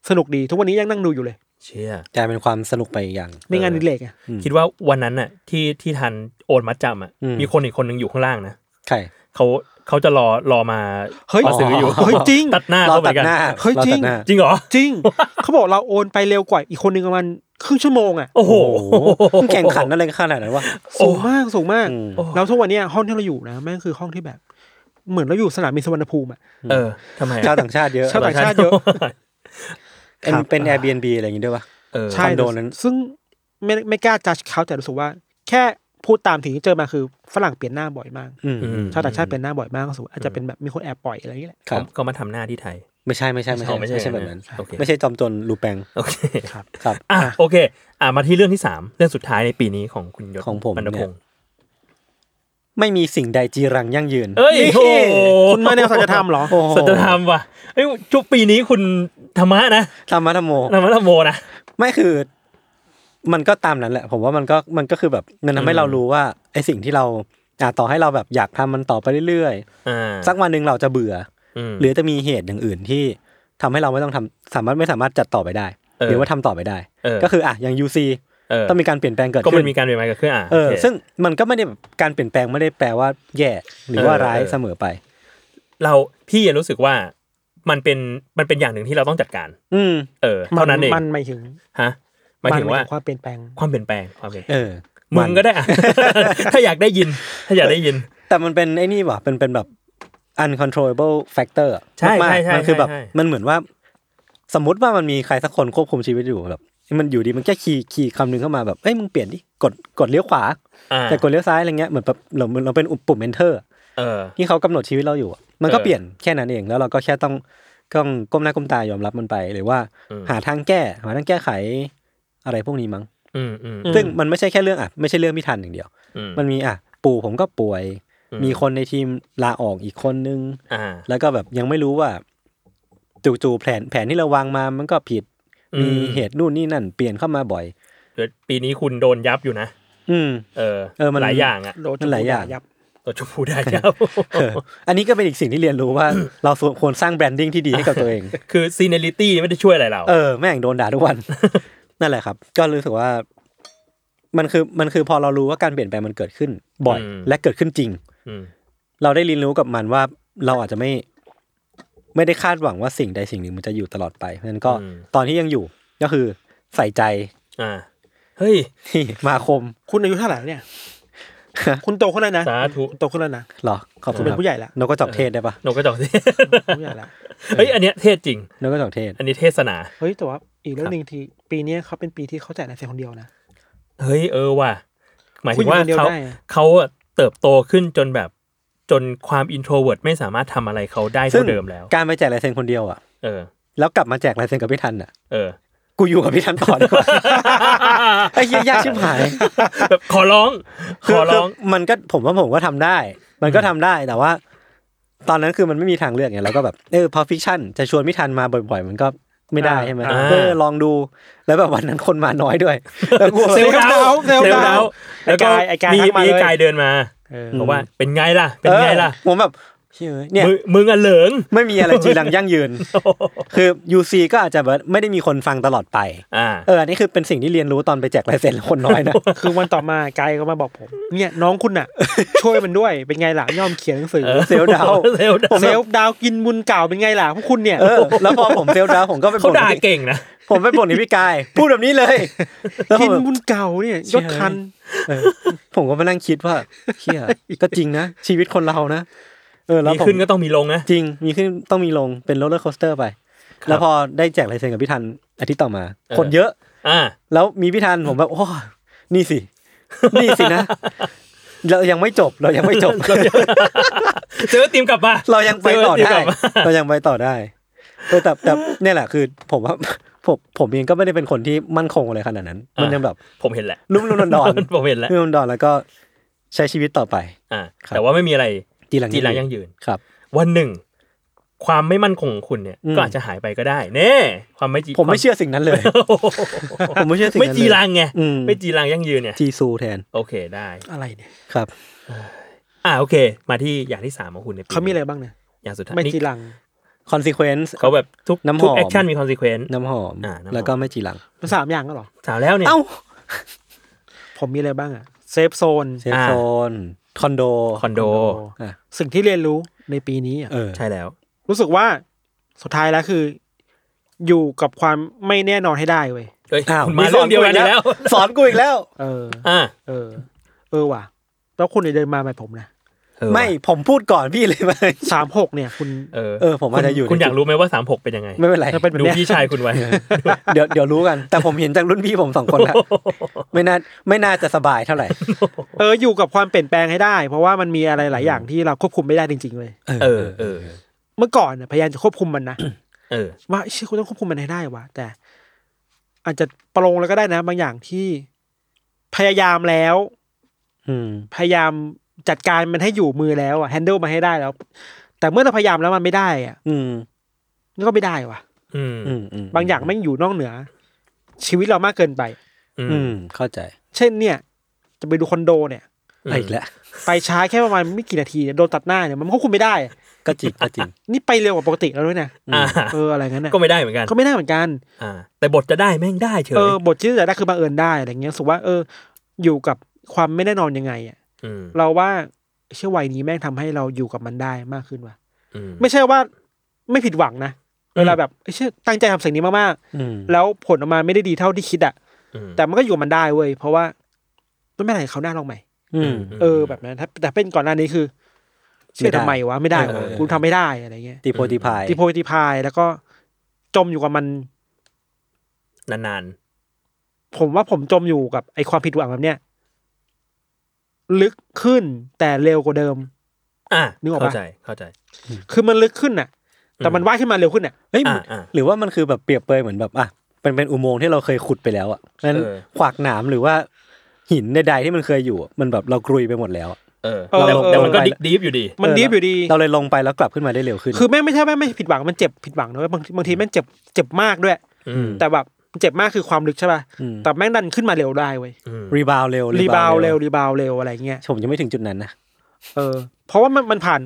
[SPEAKER 3] สนุกดีทุกวันนี้ยังนั่งดูอยู่เลย
[SPEAKER 1] เชี่ย
[SPEAKER 2] กลายเป็นความสนุกไปอีกอย่าง
[SPEAKER 3] ไม่งานอดิเล็กอะ
[SPEAKER 2] อืม
[SPEAKER 1] คิดว่าวันนั้นน่ะ ที่ที่ทันโอนมัดจำอ่ะ
[SPEAKER 2] อืม
[SPEAKER 1] มีคนอีกคนหนึ่งอยู่ข้างล่างนะ
[SPEAKER 2] ใคร
[SPEAKER 1] เขาเขาจะรอรอมา
[SPEAKER 3] เฮ้ย
[SPEAKER 1] มาซื้ออยู่
[SPEAKER 3] เฮ้ยจริง
[SPEAKER 1] ตัดหน้า
[SPEAKER 2] เรา
[SPEAKER 1] เขาเหมือ
[SPEAKER 2] ตัด
[SPEAKER 1] นกัน
[SPEAKER 2] หน้า
[SPEAKER 3] เฮ้ย
[SPEAKER 2] รา
[SPEAKER 3] จริ
[SPEAKER 2] ตั
[SPEAKER 3] ง
[SPEAKER 2] ดหน้า
[SPEAKER 1] จริงเหรอ
[SPEAKER 3] จริง เขาบอกเราโอนไปเร็วกว่าอีกคนนึงประมาณครึ่งชั่วโมงอะ
[SPEAKER 1] โอ้โห
[SPEAKER 2] โอ้โหแข่งขันอะไรกันขนาดนั้นวะ
[SPEAKER 3] สูงมากสูงมาก
[SPEAKER 2] อืม
[SPEAKER 3] แล้วทุกวันเนี้ยห้องที่เราอยู่นะแม่งคือห้องที่แบบ เหมือนเราอยู่สนามบินสุวรรณภูมิอะ
[SPEAKER 1] เออทำไมอะ
[SPEAKER 2] ชาวต่างชาติเยอะ
[SPEAKER 3] ชาวต่างชาติเยอะ
[SPEAKER 2] เป็นเป็น Airbnb อะไรอย่างงี้ด้วยปะ
[SPEAKER 1] เออ
[SPEAKER 3] ใช่
[SPEAKER 2] คอนโดนั้น
[SPEAKER 3] ซึ่งไม่ไม่กล้าจัดเขาแต่รู้สึกว่า แค่พูดตามถึงที่เจอมาคือฝรั่งเปลี่ยนหน้าบ่อยมาก
[SPEAKER 2] อืม
[SPEAKER 1] อืม
[SPEAKER 3] ชาวต่างชาติเป็นหน้าบ่อยมากก็สูอาจจะเป็นแบบมีคนแอบปล่อยอะไรอย่างเงี้ยแหละ
[SPEAKER 2] ครับ
[SPEAKER 1] ก็มาทำหน้าที่ไทย
[SPEAKER 2] ไม่ใช่ไม่ใช่ไม่ใช่
[SPEAKER 1] ไม่ใช่
[SPEAKER 2] ไม่ใช่แบบนั้น
[SPEAKER 1] โอเค
[SPEAKER 2] ไม่ใช่จอมโจรลูแปง
[SPEAKER 1] โอเค
[SPEAKER 3] ครับ
[SPEAKER 2] ครับ
[SPEAKER 1] อ่ะโอเค อ่ะมาที่เรื่องที่สามเรื่องสุดท้ายในปีนี้ของคุณยศ
[SPEAKER 2] ของผม
[SPEAKER 1] บรรณพงษ์
[SPEAKER 2] เนี่ย ไม่มีสิ่งใดจีรังยั่งยืน
[SPEAKER 1] เอ้ยโอ้โห
[SPEAKER 3] คุณมาแนวสัจธรรมเหรอ
[SPEAKER 2] โอ้โห
[SPEAKER 1] สัจธรรมว่ะเอ้ยช่วงปีนี้คุณธรรมะนะ
[SPEAKER 2] ธรรมะธรรมโม
[SPEAKER 1] ธรรมะธรรมโมนะ
[SPEAKER 2] ไม่คือ มันก็ตามนั้นแหละ ผมว่ามันก็มันก็คือแบบมันทำให้
[SPEAKER 1] อืม
[SPEAKER 2] เรารู้ว่าไอ้สิ่งที่เราอ่ะต่อให้เราแบบอยากทำมันต่อไปเรื่อย
[SPEAKER 1] อ่า
[SPEAKER 2] ๆ สักวันหนึ่งเราจะเบื่ออหรือจะมีเหตุอย่างอื่นที่ทำให้เราไม่ต้องทำสามารถไม่สามารถจัดต่อไปได้ หรือว่าทำต่อไปได้ ก็
[SPEAKER 1] ก็คือ
[SPEAKER 2] คืออ่ะอย่าง UC
[SPEAKER 1] อ
[SPEAKER 2] ต้องมีการเปลี่ยนแปลงเกิด
[SPEAKER 1] ก็
[SPEAKER 2] ขึ้
[SPEAKER 1] มัน
[SPEAKER 2] น
[SPEAKER 1] มีการเปลี่ยนแปลงเกิดขึ้นอ่ะ
[SPEAKER 2] เออ
[SPEAKER 1] โค
[SPEAKER 2] ซึ่งมันก็ไม่ได้แบบการเปลี่ยนแปลงไม่ได้แปลว่าแย่หรือว่า
[SPEAKER 1] เออ
[SPEAKER 2] ร้าย
[SPEAKER 1] เออ
[SPEAKER 2] เสมอไป
[SPEAKER 1] เราพี่รู้สึกว่ามันเป็นมันเป็นอย่างหนึ่งที่เราต้องจัดการ
[SPEAKER 2] อืม
[SPEAKER 1] เออเท่านั้นเอง
[SPEAKER 3] มันหมายถึง
[SPEAKER 1] ฮะหมายถึงว่า
[SPEAKER 3] ความเปลี่ยนแปลง
[SPEAKER 1] ความเปลี่ยนแปลงความเปลี่ยนแปลง
[SPEAKER 2] เออ
[SPEAKER 1] มึงก็ได้อะ *laughs* ถ้าอยากได้ยิน ถ้าอยากได้ยิน
[SPEAKER 2] แต่มันเป็นไอ้นี่ว่ะเป็นเป็นแบบ uncontrollable factor อะ
[SPEAKER 1] ใช่
[SPEAKER 2] มาก
[SPEAKER 1] ใช่
[SPEAKER 2] ๆ
[SPEAKER 1] ใช่
[SPEAKER 2] มันคือแบบ
[SPEAKER 1] ใช่
[SPEAKER 2] มันเหมือนว่า สมมติว่ามันมีใครสักคนควบคุมชีวิตอยู่แบบมันอยู่ดีมันแค่ขี่ขี่คำหนึงเข้ามาแบบเอ้ยมึงเปลี่ยนดิกดกดเลี้ยวขวา
[SPEAKER 1] อ่า
[SPEAKER 2] แต่กดเลี้ยวซ้ายอะไรเงี้ยเหมือนแบบเราเราเป็นปุ่มเอนเตอร์
[SPEAKER 1] เออ
[SPEAKER 2] ที่เขากำหนดชีวิตเราอยู่อะมันก็
[SPEAKER 1] เออ
[SPEAKER 2] เปลี่ยนแค่นั้นเองแล้วเราก็แค่ต้องต้องก้มหน้าก้มตายอมรับมันไป หรือว่า
[SPEAKER 1] อืม
[SPEAKER 2] หาทางแก้หาทางแก้ไขอะไรพวกนี้มั้ง
[SPEAKER 1] อืมอืม
[SPEAKER 2] ซึ่งมันไม่ใช่แค่เรื่องอ่ะไม่ใช่เรื่องพิธันอย่างเดียว
[SPEAKER 1] อืม
[SPEAKER 2] มันมีอ่ะปู่ผมก็ป่วย
[SPEAKER 1] อืม
[SPEAKER 2] มีคนในทีมลาออกอีกคนนึง
[SPEAKER 1] อ่า
[SPEAKER 2] แล้วก็แบบยังไม่รู้ว่าจู่ๆแผนแผนที่เราวางมามันก็ผิด
[SPEAKER 1] อืม
[SPEAKER 2] มีเหตุนู่นนี่นั่น เปลี่ยนเข้ามาบ่อย
[SPEAKER 1] เดี๋ยวปีนี้คุณโดนยับอยู่นะ
[SPEAKER 2] อื
[SPEAKER 1] *laughs*
[SPEAKER 2] ม
[SPEAKER 1] เออ
[SPEAKER 2] เออมัน
[SPEAKER 1] หลายอย่างอ่ะ
[SPEAKER 3] โด
[SPEAKER 2] นั่นหลายอย่าง
[SPEAKER 3] ยับ
[SPEAKER 1] ตัวชมพูได้ยับ
[SPEAKER 2] เอออันนี้ก็เป็นอีกสิ่งที่เรียนรู้ว่า *coughs* เราควรสร้างแบรนดิ้งที่ดีให้กับตัวเอง
[SPEAKER 1] *laughs* คือซีเนลิตี้ไม่ได้ช่วยอะไรเรา
[SPEAKER 2] เออแม่งโดนด่าทุกวัน *laughs* นั่นแหละครับ ก็รู้สึกว่า มันคือมันคือพอเรารู้ว่าการเปลี่ยนแปลงมันเกิดขึ้น บ่อย และเกิดขึ้นจริง
[SPEAKER 1] ม
[SPEAKER 2] เราได้เรียนรู้กับมันว่าเราอาจจะไม่ ไม่ได้คาดหวังว่าสิ่งใดสิ่งหนึ่งมันจะอยู่ตลอดไปเพราะฉะนั้นก็ตอนที่ยังอยู่ก็คือใส่ใจ
[SPEAKER 1] อ่าเฮ้ย
[SPEAKER 2] ที่มาคม
[SPEAKER 3] คุณอายุเท่าไหร่เนี่ย คุณโตขึ้นแล้วนะ
[SPEAKER 1] สาธุ
[SPEAKER 3] คุณโตขึ้นแล้วนะ
[SPEAKER 2] เหรอขอบคุณ
[SPEAKER 3] คุณเป็
[SPEAKER 2] ค
[SPEAKER 3] น
[SPEAKER 2] รับ
[SPEAKER 3] ผู้ใหญ่ละ
[SPEAKER 2] นกกระจอกเทศได้ปะ
[SPEAKER 1] นกกระจอกเทศ
[SPEAKER 3] ผู้ใหญ่ละ
[SPEAKER 1] เฮ้ย อันเนี้ยเทศจริง
[SPEAKER 2] นกกระจอกเทศ
[SPEAKER 1] อันนี้เทศนา
[SPEAKER 3] เฮ้ยแต่ว่าอีกเรื่องหนึ่งที่ปีเนี้ยเขาเป็นปีที่เขาแจกลายเซ็นคนเดียวนะ
[SPEAKER 1] เฮ้ยเออว่ะหมายถึงว่า
[SPEAKER 3] คุยคนเดียว
[SPEAKER 1] เขา
[SPEAKER 3] ได้อะ
[SPEAKER 1] เขาเติบโตขึ้นจนแบบจนความอินโทรเวิร์ตไม่สามารถทำอะไรเขาได้
[SPEAKER 2] ซึ่
[SPEAKER 1] เท่าง เดิมแล้ว
[SPEAKER 2] การไปแจกลายเซ็นคนเดียวอ่ะ
[SPEAKER 1] เออ
[SPEAKER 2] แล้วกลับมาแจกลายเซ็นกับพี่ทันอ่ะ
[SPEAKER 1] เออ
[SPEAKER 2] กูอยู่กับพี่ทันต่อดีกว่า *laughs* ไอ้เหี้ยยากชิบหาย
[SPEAKER 1] แบบขอร้อง ข
[SPEAKER 2] คือ
[SPEAKER 1] อ
[SPEAKER 2] คื
[SPEAKER 1] ร้
[SPEAKER 2] อ
[SPEAKER 1] อง
[SPEAKER 2] มันก็ผมว่าผมก็ทำได้ มันก็ทำได้แต่ว่า ตอนนั้นคือมันไม่มีทางเลือกไงแล้วก็แบบเออพอฟิกชั่นจะชวนไม่ทันมาบ่อย ๆ มันก็ไม่ได้ใช่ไหม
[SPEAKER 1] อ่า
[SPEAKER 2] เออลองดูแล้วแบบวันนั้นคนมาน้อย
[SPEAKER 1] *laughs*
[SPEAKER 2] ด้วยแล้วกู
[SPEAKER 3] เซลล์ดาวน์
[SPEAKER 1] เซล
[SPEAKER 3] เซลล์
[SPEAKER 1] ล์ดา
[SPEAKER 3] ดาว วน์
[SPEAKER 1] น์แล้วก็
[SPEAKER 3] ไอ้กาย
[SPEAKER 1] มี
[SPEAKER 3] ไอ้กายทักมา
[SPEAKER 1] มี
[SPEAKER 3] เลย
[SPEAKER 1] กายเดินมา
[SPEAKER 3] เออ
[SPEAKER 1] บอกว่าเป็นไงล่ะ เป็นไงล่ะ
[SPEAKER 2] เออผมแบบเชื่อเนี่ย
[SPEAKER 1] มึงมึงอะเหลิง
[SPEAKER 2] *laughs* ไม่มีอะไรจริงจังยั่งยื
[SPEAKER 1] *laughs*
[SPEAKER 2] น คือ UC ก็อาจจะแบบไม่ได้มีคนฟังตลอดไป
[SPEAKER 1] อ่า
[SPEAKER 2] เอออันนี้คือเป็นสิ่งที่เรียนรู้ตอนไปแจกลายเซ็นคนน้อยนะ
[SPEAKER 3] คือวันต่อมาไกด์ก็มาบอกผม เนี่ยน้องคุณน่ะ *laughs* ช่วยมันด้วยเป็นไงล่ะยอมเขียนหนังสือ
[SPEAKER 1] เออ
[SPEAKER 2] เซลล์ดาวน์
[SPEAKER 1] เซลล์ดาวน์
[SPEAKER 3] เซลฟ์ดาวกินบุญเก่าเป็นไงล่ะพวกคุณเนี่ย
[SPEAKER 2] เออแล้วพอผมเซลล์ดาวน์ผมก็ไป
[SPEAKER 1] เขา
[SPEAKER 2] บ่น
[SPEAKER 1] ด่า
[SPEAKER 2] กับพี่
[SPEAKER 1] เก่งนะ
[SPEAKER 2] ผมไปบ่นกับพี่กาย พูดแบบนี้
[SPEAKER 1] *laughs*
[SPEAKER 2] เลยแล้วผ
[SPEAKER 3] กิ
[SPEAKER 2] ม
[SPEAKER 3] น
[SPEAKER 2] แบบ
[SPEAKER 3] บุญเก่าเนี่ย
[SPEAKER 2] เชี่
[SPEAKER 3] ย
[SPEAKER 2] ย
[SPEAKER 3] ศคัน
[SPEAKER 2] เออผมก็มานั่งคิดว่าเชี่ยก็จริงนะ ชีวิตคนเรานะ เออแล้ว
[SPEAKER 1] มี
[SPEAKER 2] ผม
[SPEAKER 1] ขึ้นก็ต้องมีลงนะ
[SPEAKER 2] จริง มีขึ้นต้องมีลงเป็นโรลเลอร์โคสเตอร์ไป
[SPEAKER 1] ครับ
[SPEAKER 2] แล้วพอได้แจกลายเซ็นกับพี่ทันอาทิตย์ต่อมา
[SPEAKER 1] เออ
[SPEAKER 2] คนเยอะ
[SPEAKER 1] อ่า
[SPEAKER 2] แล้วมีพี่ทันผมแบบโอ้นี่สิ นี่สินะ เรายังไม่จบเรายังไม่จบ
[SPEAKER 1] เซลล์ทีมกลับมา
[SPEAKER 2] เรายังไปต่อ
[SPEAKER 1] เซลล์ทีม
[SPEAKER 2] ได้
[SPEAKER 1] กลับมา
[SPEAKER 2] เรายังไปต่อได้เออแต่แต่เนี่ยแหละคือ ผมว่า *laughs* ผมผมเองก็ไม่ได้เป็นคนที่มั่นคงอะไรขนาดนั้น มันยังแบบ
[SPEAKER 1] ผมเห็นแหละ
[SPEAKER 2] ลุ่มลุ่มดอนดอนๆ
[SPEAKER 1] *laughs* ผมเห็นแล้ว
[SPEAKER 2] เรื่องดอนแล้วก็ใช้ชีวิตต่อไป
[SPEAKER 1] อ่า
[SPEAKER 2] ครับ
[SPEAKER 1] แต่ว่าไม่มีอะไร
[SPEAKER 2] จีหลัง
[SPEAKER 1] จีรังยั่งยืน
[SPEAKER 2] ครับ
[SPEAKER 1] วันหนึ่ง ความไม่มั่นคงของคุณเนี่ย
[SPEAKER 2] อืม
[SPEAKER 1] ก็อาจจะหายไปก็ได้เน่ความไม่จี
[SPEAKER 2] ผม
[SPEAKER 1] ค
[SPEAKER 2] ไม่
[SPEAKER 1] วา
[SPEAKER 2] เชื่อสิ่งนั้นเลย
[SPEAKER 1] *laughs*
[SPEAKER 2] ผมไม่เชื่อสิ่งนั้น
[SPEAKER 1] ไม่ *laughs* จีรังไง
[SPEAKER 2] อืม
[SPEAKER 1] ไม่จีรังยั่งยืนเนี่ย
[SPEAKER 2] จีซูแทน
[SPEAKER 1] โอเคได้
[SPEAKER 3] อะไรเนี่ย
[SPEAKER 2] ครับ
[SPEAKER 1] อ่าโอเค มาที่อย่างที่สามของคุณในปี
[SPEAKER 3] เขามีอะไรบ้างเนี่ย
[SPEAKER 1] อย่างสุดท้าย
[SPEAKER 3] ไม่จี
[SPEAKER 1] นี่
[SPEAKER 3] รัง
[SPEAKER 2] consequence
[SPEAKER 1] เขาแบบทุก
[SPEAKER 2] น้ำหอ
[SPEAKER 1] ทุ
[SPEAKER 2] ม
[SPEAKER 1] กแอคชั่นมีคอนซีเควน
[SPEAKER 2] น้ำหอม
[SPEAKER 1] อ่าน้ำหอม
[SPEAKER 2] แล้วก็ไม่จีหลัง
[SPEAKER 3] มันสามอย่างก็หรอ
[SPEAKER 1] สาวแล้วเนี่ย
[SPEAKER 2] เอ้า
[SPEAKER 3] ผมมีอะไรบ้างอะเซฟโซน
[SPEAKER 2] เซฟโซนคอนโด
[SPEAKER 1] คอนโด
[SPEAKER 2] อ่ะ
[SPEAKER 3] สิ่งที่เรียนรู้ในปีนี้อะ
[SPEAKER 2] เออ
[SPEAKER 1] ใช่แล้ว
[SPEAKER 3] รู้สึกว่าสุดท้ายแล้วคือ อยู่กับความไม่แน่นอนให้ได้เว้ย
[SPEAKER 1] เอ้ย
[SPEAKER 2] อ้าว
[SPEAKER 1] คุณมาเรื่องเดียวกันอีกแล้ว
[SPEAKER 2] สอนกูอีกแล้ว
[SPEAKER 3] เออ
[SPEAKER 1] อ่า
[SPEAKER 3] เออ เออว่ะ แล้วคุณเนี่ยเดินมาแบบผมนะ
[SPEAKER 1] เออ
[SPEAKER 2] ไม่ผมพูดก่อนพี่
[SPEAKER 1] *laughs*
[SPEAKER 2] เลยมา
[SPEAKER 3] สามหกเนี่ย คุณ
[SPEAKER 1] เออ
[SPEAKER 2] เออ ผมอาจจะอยู่
[SPEAKER 1] คุณอยาก
[SPEAKER 2] ใน
[SPEAKER 1] รู้ไหมว่าสามหกเป็นยังไง
[SPEAKER 2] ไม่เป็นไร
[SPEAKER 3] จะเป็น
[SPEAKER 1] ดูพี่ชายคุณไว้
[SPEAKER 2] เดี๋ยวเดี๋ยวรู้กัน แต่ผมเห็นจากรุ่นพี่ผมสองคนละไม่น่าไม่น่าจะสบายเท่าไหร่
[SPEAKER 3] เออ อยู่กับความเปลี่ยนแปลงให้ได้ เพราะว่ามันมีอะไรหลายอย่างที่เราควบคุมไม่ได้จริงๆเว้ย
[SPEAKER 1] เออเออ
[SPEAKER 3] เมื่อก่อนน่ะพยายามจะควบคุมมันนะ
[SPEAKER 1] เออ
[SPEAKER 3] ว่าเชื่อคุณต้องควบคุมมันให้ได้ว่ะ แต่ อาจจะประโลงแล้วก็ได้นะ บางอย่างที่พยายามแล้ว
[SPEAKER 2] อืม
[SPEAKER 3] พยายามจัดการมันให้อยู่มือแล้วอะแฮนเดิลมันให้ได้แล้ว แต่เมื่อเราพยายามแล้วมันไม่ได้อะ
[SPEAKER 2] อืม
[SPEAKER 3] มันก็ไม่ได้ว่ะ
[SPEAKER 1] อืม
[SPEAKER 2] อืมอืม
[SPEAKER 3] บางอย่างไม่งอยู่นอกเหนือ ชีวิตเรามากเกินไป
[SPEAKER 1] อื
[SPEAKER 2] อื
[SPEAKER 1] ม
[SPEAKER 2] มเข้าใจ
[SPEAKER 3] เช่นเนี่ย จะไปดูคอนโดเนี่ย
[SPEAKER 2] อ่ะอีกแล้ว
[SPEAKER 3] ไปช้าแค่ประมาณไม่กี่นาทีเนี่ยโดนตัดหน้าเนี่ยมันควบคุมไม่ได้
[SPEAKER 2] ก็จริงก็จริง
[SPEAKER 3] นี่ไปเร็วกว่าปกติแล้วด้วยนะ
[SPEAKER 1] อ่า
[SPEAKER 3] เอออะไรงั้นนะ
[SPEAKER 1] *laughs* ก็ไม่ได้เหมือนกัน
[SPEAKER 3] ก็ไม่ได้เหมือนกัน
[SPEAKER 1] อ่า แต่บทจะได้แม่งได้เฉย
[SPEAKER 3] เออบทที่จะได้คือบังเอิญได้อะไรเงี้ยรู้สุว่าเออ อยู่กับความไม่แน่นอนยังไงอ่ะ
[SPEAKER 1] ม
[SPEAKER 3] เราว่าเชื่อวัยนี้แม่งทำให้เราอยู่กับมันได้มากขึ้นว่ะ
[SPEAKER 1] อืม
[SPEAKER 3] ไม่ใช่ว่าไม่ผิดหวังนะ
[SPEAKER 1] อืม
[SPEAKER 3] เวลาแบบเชื่อตั้งใจทำสิ่งนี้มาก
[SPEAKER 2] อืม
[SPEAKER 3] ๆแล้วผลออกมาไม่ได้ดีเท่าที่คิดอ่ะ
[SPEAKER 1] อืม
[SPEAKER 3] แต่มันก็อยู่กับมันได้เว้ยเพราะว่าไม่เป็นไรเขาวหน้าลองใหม่
[SPEAKER 2] อืม
[SPEAKER 3] เออแบบนั้นถ้าแต่เป็นก่อนหน้านี้คือ เชื่อทำไมวะไม่ได้
[SPEAKER 2] เอ
[SPEAKER 3] วะ
[SPEAKER 2] อ
[SPEAKER 3] กูทำไม่ได้อะไรเงี้ย
[SPEAKER 2] ตีโพตีพาย
[SPEAKER 3] ตีโพยตีพายแล้วก็ จมอยู่กับมัน
[SPEAKER 1] นาน
[SPEAKER 3] ผมว่าผมจมอยู่กับไอความผิดหวังแบบเนี้ยลึกขึ้นแต่เร็วกว่าเดิม
[SPEAKER 1] ๆ อ่ะ
[SPEAKER 3] นึกออกปะ
[SPEAKER 1] เข้าใจเข้าใจ
[SPEAKER 3] คือมันลึกขึ้นน่ะ แต่มันว่ายขึ้นมาเร็วขึ้นน่ะ
[SPEAKER 2] เฮ้ย
[SPEAKER 1] อ่าอ่า
[SPEAKER 2] หรือว่ามันคือแบบเปรียบเปรยเหมือนแบบอ่ะเป็นเป็นอุโมงค์ที่เราเคยขุดไปแล้วอ่ะนั้น
[SPEAKER 1] เออ
[SPEAKER 2] ขวากหนามหรือว่าหินใดๆที่มันเคยอยู่อะมันแบบเรากรุยไปหมดแล้วอะ
[SPEAKER 1] เออ
[SPEAKER 3] เออ
[SPEAKER 1] แต่
[SPEAKER 3] เออ
[SPEAKER 1] แต่มันก็
[SPEAKER 2] ไป
[SPEAKER 1] ดิฟดิฟอยู่ดี
[SPEAKER 3] มัน
[SPEAKER 2] เ
[SPEAKER 3] ดีฟอยู่ดี
[SPEAKER 2] เราเลยลงไปแล้วกลับขึ้นมาได้เร็วขึ้น
[SPEAKER 3] คือแม่งไม่ใช่แม่งไม่ผิดหวังมันเจ็บผิดหวังนะเว้ยบางทีบางทีแม่งเจ็บเจ็บมากด้วย
[SPEAKER 1] อืม
[SPEAKER 3] แต่แบบเจ็บมากคือความลึกใช่ป่ะ
[SPEAKER 2] อืม
[SPEAKER 3] แต่แม่งดันขึ้นมาเร็วได้เว้ย
[SPEAKER 1] อืม
[SPEAKER 2] รีบาวเร็ว
[SPEAKER 3] รีบาวเร็วรีบาวเร็วอะไรเงี้ย
[SPEAKER 2] ผมยังไม่ถึงจุดนั้นนะ
[SPEAKER 3] เออเพราะว่ามันมันผ่าน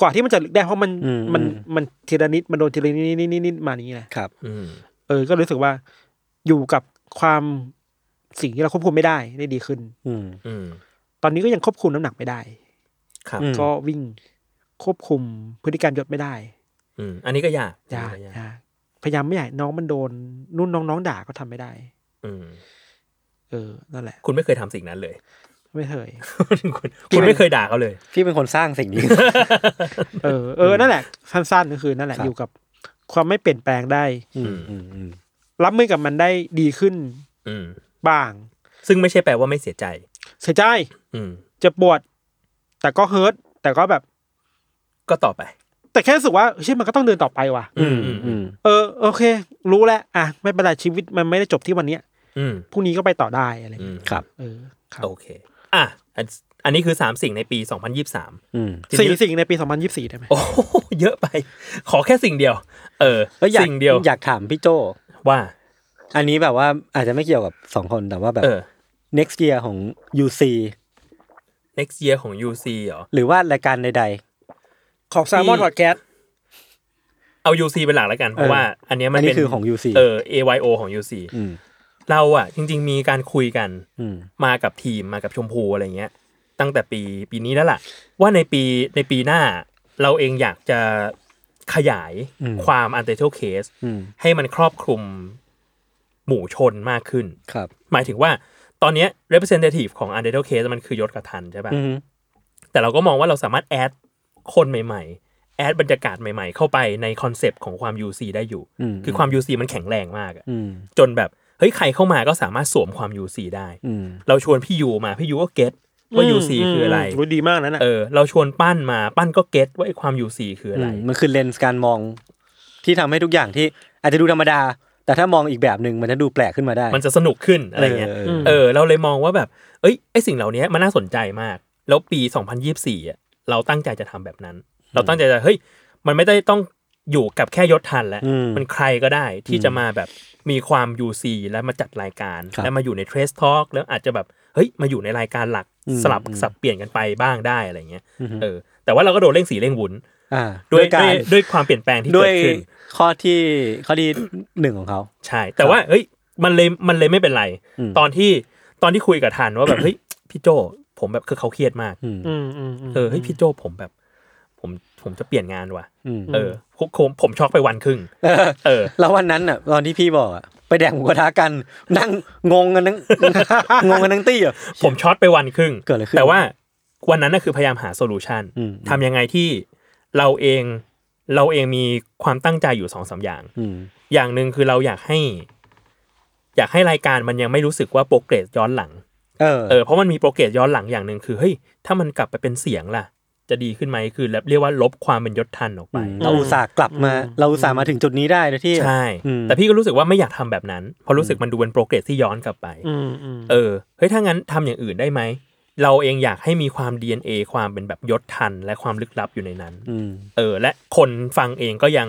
[SPEAKER 3] กว่าที่มันจะลึกได้เพราะมัน
[SPEAKER 2] อืม
[SPEAKER 3] มัน
[SPEAKER 2] อืม
[SPEAKER 3] มันทีละนิดมันโดนทีละนิดนิดนิดนิดมาอย่างนี้แหละ
[SPEAKER 2] ครับ
[SPEAKER 1] อืม
[SPEAKER 3] เออก็รู้สึกว่าอยู่กับความสิ่งที่เราควบคุมไม่ได้ได้ดีขึ้น
[SPEAKER 2] อืม
[SPEAKER 1] อืม
[SPEAKER 3] ตอนนี้ก็ยังควบคุมน้ำหนักไม่ได้
[SPEAKER 1] ครับ
[SPEAKER 2] อืม
[SPEAKER 3] ก็วิ่งควบคุมพฤติกรรมยศไม่ได้
[SPEAKER 1] อืมอันนี้ก็ยาก
[SPEAKER 3] ยาก
[SPEAKER 1] อันนี้ก็
[SPEAKER 3] ยากพยายามไม่อยากให้น้องมันโดนนุ่นน้องน้องด่าก็ทำไม่ได้
[SPEAKER 1] อืม
[SPEAKER 3] เออ นั่นแหละ
[SPEAKER 1] คุณไม่เคยทำสิ่งนั้นเลย
[SPEAKER 3] ไม่เคย
[SPEAKER 1] คุณคุณไม่เคยด่าเขาเลย
[SPEAKER 2] พี่เป็นคนสร้างสิ่งนี้
[SPEAKER 3] เออ เออ นั่นแหละ สั้นๆ ก็คือนั่นแหละ
[SPEAKER 2] ครับ
[SPEAKER 3] อยู่กับความไม่เปลี่ยนแปลงได้
[SPEAKER 2] อืมอืมอืม
[SPEAKER 3] รับมือกับมันได้ดีขึ้น
[SPEAKER 1] อืม
[SPEAKER 3] บ้าง
[SPEAKER 1] ซึ่งไม่ใช่แปลว่าไม่เสียใจ
[SPEAKER 3] เสียใจ
[SPEAKER 1] อืม
[SPEAKER 3] เจ็บปวด แต่ก็เฮิร์ตแต่ก็แบบ
[SPEAKER 1] ก็ต่อไป
[SPEAKER 3] แต่แค่รู้สึกว่าเช่ยมันก็ต้องเดินต่อไปว่ะ
[SPEAKER 1] อืม
[SPEAKER 2] อื
[SPEAKER 1] อืม
[SPEAKER 2] มอืม
[SPEAKER 3] เออ โอเค รู้แล้ว อ่ะ ไม่เป็นไรชีวิตมันไม่ได้จบที่วันเนี้ย
[SPEAKER 1] อืม
[SPEAKER 3] พรุ่งนี้ก็ไปต่อได้อะไร
[SPEAKER 1] อื
[SPEAKER 3] เงี้
[SPEAKER 1] ม
[SPEAKER 3] ย
[SPEAKER 2] ครับ
[SPEAKER 3] เออ ครับ
[SPEAKER 1] โอเค อ่ะอันอันนี้คือสามสิ่งในปีสองพันยี่สาม
[SPEAKER 2] อืม
[SPEAKER 3] สี่สิ่งในปี 2024 ได้ไหม
[SPEAKER 1] โอ้โหเยอะไป ขอแค่สิ่งเดียว เออ
[SPEAKER 2] แล้วอยาก
[SPEAKER 1] สิ่งเดียว
[SPEAKER 2] อยากถามพี่โจ
[SPEAKER 1] ว่า
[SPEAKER 2] อันนี้แบบว่าอาจจะไม่เกี่ยวกับสองคนแต่ว่าแบบ
[SPEAKER 1] เออ
[SPEAKER 2] next year ของ UC
[SPEAKER 1] next year ของ UC เหรอ
[SPEAKER 2] หรือว่ารายการใด
[SPEAKER 3] ของแซลมอนพอดแคสต์
[SPEAKER 1] เอา UC เป็นหลักแล้วกัน เพราะว่า อันเนี้ย
[SPEAKER 2] ๆ
[SPEAKER 1] มั
[SPEAKER 2] อั
[SPEAKER 1] น
[SPEAKER 2] น
[SPEAKER 1] เป็
[SPEAKER 2] นี้
[SPEAKER 1] น
[SPEAKER 2] คือของ UC
[SPEAKER 1] เออ AYO ของ UC
[SPEAKER 2] อืม
[SPEAKER 1] เราอ่ะ จริง ๆ มีการคุยกัน
[SPEAKER 2] อืม
[SPEAKER 1] มากับทีมมากับชมพูอะไรเงี้ย ตั้งแต่ปีปีนี้แล้วล่ะ ว่าในปีในปีหน้าเราเองอยากจะขยาย
[SPEAKER 2] อืม
[SPEAKER 1] ความ u n t i t l e case
[SPEAKER 2] อืม
[SPEAKER 1] ให้มันครอบคลุมหมู่ชนมากขึ้น
[SPEAKER 2] ครับ
[SPEAKER 1] หมายถึงว่าตอนเนี้ย representative ของ u n t i t l e case มันคือยศกับทันใช่
[SPEAKER 2] อื
[SPEAKER 1] ปะ่ะ
[SPEAKER 2] ม
[SPEAKER 1] แต่เราก็มองว่าเราสามารถแอดคนใหม่ๆ แอดบรรยากาศใหม่ๆ เข้าไปในคอนเซปต์ของความ UC ได้อยู่
[SPEAKER 2] อืม
[SPEAKER 1] คือความ UC มันแข็งแรงมากอะ
[SPEAKER 2] อืม
[SPEAKER 1] จนแบบเฮ้ยใครเข้ามาก็สามารถสวมความ UC ได้
[SPEAKER 2] อืม
[SPEAKER 1] เราชวนพี่ยูมาพี่ยูก็เก็ตว่า UC คืออะไร
[SPEAKER 3] รู้ดีมากนั้นอ่ะ
[SPEAKER 1] เออ เราชวนปั้นมาปั้นก็เก็ตว่าไอ้ความ UC คืออะไร
[SPEAKER 2] อืมมันคือเลนส์การมองที่ทำให้ทุกอย่างที่อาจจะดูธรรมดา แต่ถ้ามองอีกแบบหนึ่งมันจะดูแปลกขึ้นมาได้
[SPEAKER 1] มันจะสนุกขึ้นอะไรเงี้ย
[SPEAKER 2] ออ
[SPEAKER 1] เออ เราเลยมองว่าแบบ เอ้ยไอสิ่งเหล่านี้มันน่าสนใจมาก แล้วปี 2024อ่ะเราตั้งใจจะทำแบบนั้น เราตั้งใจจะเฮ้ย มันไม่ได้ต้องอยู่กับแค่ยศทันแล้ว มันใครก็ได้ที่จะมาแบบมีความ UC แล้วมาจัดรายการ แล้วมาอยู่ใน Trace Talk แล้วอาจจะแบบเฮ้ยมาอยู่ในรายการหลักสลับสับเปลี่ยนกันไปบ้างได้อะไรเงี้ยเออ แต่ว่าเราก็โดนเร่งสีเร่งวุ้น
[SPEAKER 2] อ่า
[SPEAKER 1] ด้
[SPEAKER 2] ด้
[SPEAKER 1] ว
[SPEAKER 2] วย ยกา
[SPEAKER 1] ด้ว
[SPEAKER 2] ร
[SPEAKER 1] ยด้วยความเปลี่ยนแปลงที่
[SPEAKER 2] ด้ว
[SPEAKER 1] เกิ
[SPEAKER 2] ย
[SPEAKER 1] ดขึ้น
[SPEAKER 2] ข้อที่ข้อที่ หนึ่งของเขา
[SPEAKER 1] ใช่ แต่ว่าเฮ้ยมันเลยมันเลยไม่เป็นไร
[SPEAKER 2] อืม
[SPEAKER 1] ตอนที่ตอนที่คุยกับทันว่าแบบ เฮ้ยพี่โจผมแบบคือเขาเครียดมาก
[SPEAKER 2] อืม
[SPEAKER 3] อืมอืมอืม
[SPEAKER 1] เออเฮ้ยพี่โจผมแบบ ผมผมจะเปลี่ยนงานว่ะ
[SPEAKER 2] อืม
[SPEAKER 1] เออผมผมผมช็อกไปวันครึ่งเอ
[SPEAKER 2] *laughs*
[SPEAKER 1] อ
[SPEAKER 2] แล้ววันนั้นอ่ะตอนที่พี่บอกอ่ะไปแดกหมูกระทะกันนั่งงงกันทั้ง *laughs* งงกันทั้งตี้อ่ะ
[SPEAKER 1] ผมช็อตไปวันครึ่ง
[SPEAKER 2] เกิดอะไรขึ้น
[SPEAKER 1] แต่ว่าวันนั้นน่ะคือพยายามหาโซลูชัน
[SPEAKER 2] อืม
[SPEAKER 1] ทำยังไงที่เราเองเราเองมีความตั้งใจอยู่สองสามอย่าง
[SPEAKER 2] อืม
[SPEAKER 1] อย่างหนึ่งคือเราอยากให้ อยากให้รายการมันยังไม่รู้สึกว่าโปรเกรสย้อนหลัง
[SPEAKER 2] เออ
[SPEAKER 1] เออเพราะมันมีโปรเกรสย้อนหลังอย่างหนึ่งคือเฮ้ยถ้ามันกลับไปเป็นเสียงล่ะ จะดีขึ้นไหมคือเรียกว่าลบความเป็นยศทันออกไป
[SPEAKER 2] เราอุตส่าห์กลับมา เราอุตส่าห์มาถึงจุดนี้ได้โดยที่
[SPEAKER 1] ใช่
[SPEAKER 2] อืม
[SPEAKER 1] แต่พี่ก็รู้สึกว่าไม่อยากทำแบบนั้นเพราะรู้สึกมันดูเป็นโปรเกรสที่ย้อนกลับไป
[SPEAKER 3] อืมอืม
[SPEAKER 1] เออเฮ้ยถ้างั้นทำอย่างอื่นได้ไหม เราเองอยากให้มีความ DNA ความเป็นแบบยศทันและความลึกลับอยู่ในนั้น
[SPEAKER 2] อืม
[SPEAKER 1] เออ และคนฟังเองก็ยัง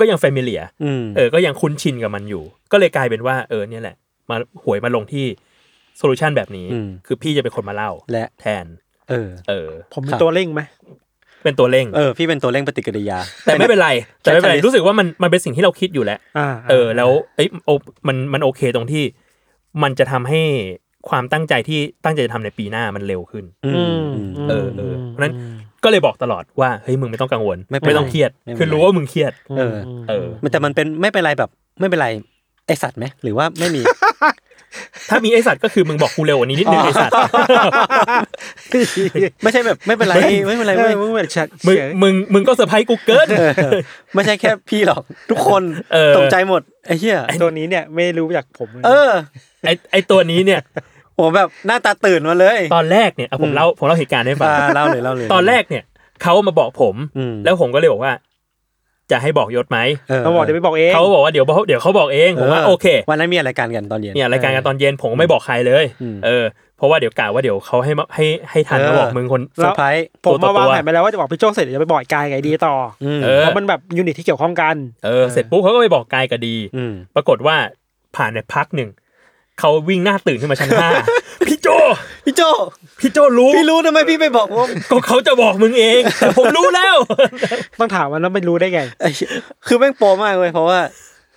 [SPEAKER 1] ก็ยังแฟมิเลีย
[SPEAKER 2] อืม
[SPEAKER 1] เออ ก็ยังคุ้นชินกับมันอยู่ ก็เลยกลายเป็นว่า เออ เนี่ยแหละ มาหวยมาลงที่โซลูชันแบบนี้ คือพี่จะเป็นคนมาเล่า
[SPEAKER 2] และ
[SPEAKER 1] แทน
[SPEAKER 2] เออ
[SPEAKER 1] เออ
[SPEAKER 3] ผมเป็
[SPEAKER 2] ครั
[SPEAKER 3] น
[SPEAKER 2] บ
[SPEAKER 3] ตัวเร่งไหม
[SPEAKER 1] เป็นตัวเร่ง
[SPEAKER 2] เออ พี่เป็นตัวเร่งปฏิกิริยา
[SPEAKER 1] แต่ไม่เป็นไร แต่ไม่เป็นไร
[SPEAKER 2] Catalyst
[SPEAKER 1] รู้สึกว่ามันมันเป็นสิ่งที่เราคิดอยู่แล้ว
[SPEAKER 3] อ่า
[SPEAKER 1] เออ แล้วเอ้ยโอมันมันโอเคตรงที่ มันจะทำให้ความตั้งใจที่ตั้งใจจะทำในปีหน้ามันเร็วขึ้น
[SPEAKER 2] อื
[SPEAKER 3] อื
[SPEAKER 2] ม
[SPEAKER 3] ม
[SPEAKER 2] อืม
[SPEAKER 1] เออเออเพราะฉะนั้นก็เลยบอกตลอดว่าเฮ้ยมึงไม่ต้องกังวล
[SPEAKER 2] ไม่เป็นไร
[SPEAKER 1] ต้องเครียด
[SPEAKER 2] ไม่เป็นไร
[SPEAKER 1] คือรู้ว่ามึงเครียด
[SPEAKER 2] เออ
[SPEAKER 1] เออ
[SPEAKER 2] มันแต่มันเป็นไม่เป็นไรแบบ ไม่เป็นไรไอสัตว์ไหมหรือว่าไม่มี
[SPEAKER 1] ถ้ามีไอสัตว์ก็คือมึงบอกกูเร็วกว่านี้นิดนึงไอสัตว์
[SPEAKER 2] *laughs* ไม่ใช่แบบไม่เป็นไรไม่เป็นไร
[SPEAKER 3] เอ
[SPEAKER 2] เว้
[SPEAKER 3] อย มึงแบบชัด
[SPEAKER 1] มึง
[SPEAKER 3] เฉย
[SPEAKER 1] มึงมึงก็เซอร์ไพรส์กูเกิน
[SPEAKER 2] ไม่ใช่แค่พี่หรอก ทุกคน
[SPEAKER 1] เออ
[SPEAKER 2] ตกใจหมดไอ้เหี้ย
[SPEAKER 3] ตัวนี้เนี่ยไม่รู้จากผมลย
[SPEAKER 2] เออ
[SPEAKER 1] ไอไอตัวนี้เนี่ย
[SPEAKER 2] ผมแบบหน้าตาตื่นมาเลย
[SPEAKER 1] ตอนแรกเนี่ยอ่ะผมเล่าผมเล่าเหตุการณ์ให้ฟัง
[SPEAKER 2] อ่าเล่าเลยเล่าเลย
[SPEAKER 1] ตอนแรกเนี่ยเขามาบอกผม
[SPEAKER 2] อืม
[SPEAKER 1] แล้วผมก็เลยบอกว่า จะให้บอกยศไหม
[SPEAKER 3] เขาบอกเดี๋ยวไปบอกเอง
[SPEAKER 1] เขาบอกว่าเดี๋ยวบอกเดี๋ยวเขาบอกเองผมว่าโอเค
[SPEAKER 2] วันนั้นมีอะไรกันกันตอนเย็น
[SPEAKER 1] เนี่ยรายการกันตอนเย็นผมก็ไม่บอกใครเลย
[SPEAKER 2] อืม
[SPEAKER 1] เออ เพราะว่าเดี๋ยวกะว่าเดี๋ยวเขาให้มาให้ให้ทันมาบอกมึงคน
[SPEAKER 2] เซอร์ไพรส์
[SPEAKER 3] ผม
[SPEAKER 1] ตัวต่อตัว
[SPEAKER 3] มาวางแผนไปแล้วว่าจะบอกพี่โจ้เสร็จเดี๋ยวจะไปบอกไอ้กายไงดีต่อ
[SPEAKER 2] อืม
[SPEAKER 1] เออ
[SPEAKER 3] เพราะมันแบบยูนิตที่เกี่ยวข้องกัน
[SPEAKER 1] เออเสร็จปุ๊บเขาก็ไปบอกกายก็ดี
[SPEAKER 2] อืม
[SPEAKER 1] ปรากฏว่าผ่านไปพักหนึ่งเขาวิ่งหน้าตื่นขึ้นมาชั้นห้า พี่โจ
[SPEAKER 2] พี่โจ
[SPEAKER 1] พี่โจรู้
[SPEAKER 2] พี่รู้ทำไมพี่ไปบอกผม
[SPEAKER 1] ก็เขาจะบอกมึงเองแต่ผมรู้แล้ว
[SPEAKER 3] ต้องถามมันแล้วมันรู้ได้ไง
[SPEAKER 2] ไอ้เหี้ยคือแม่งโปรมากเลยเพราะว่า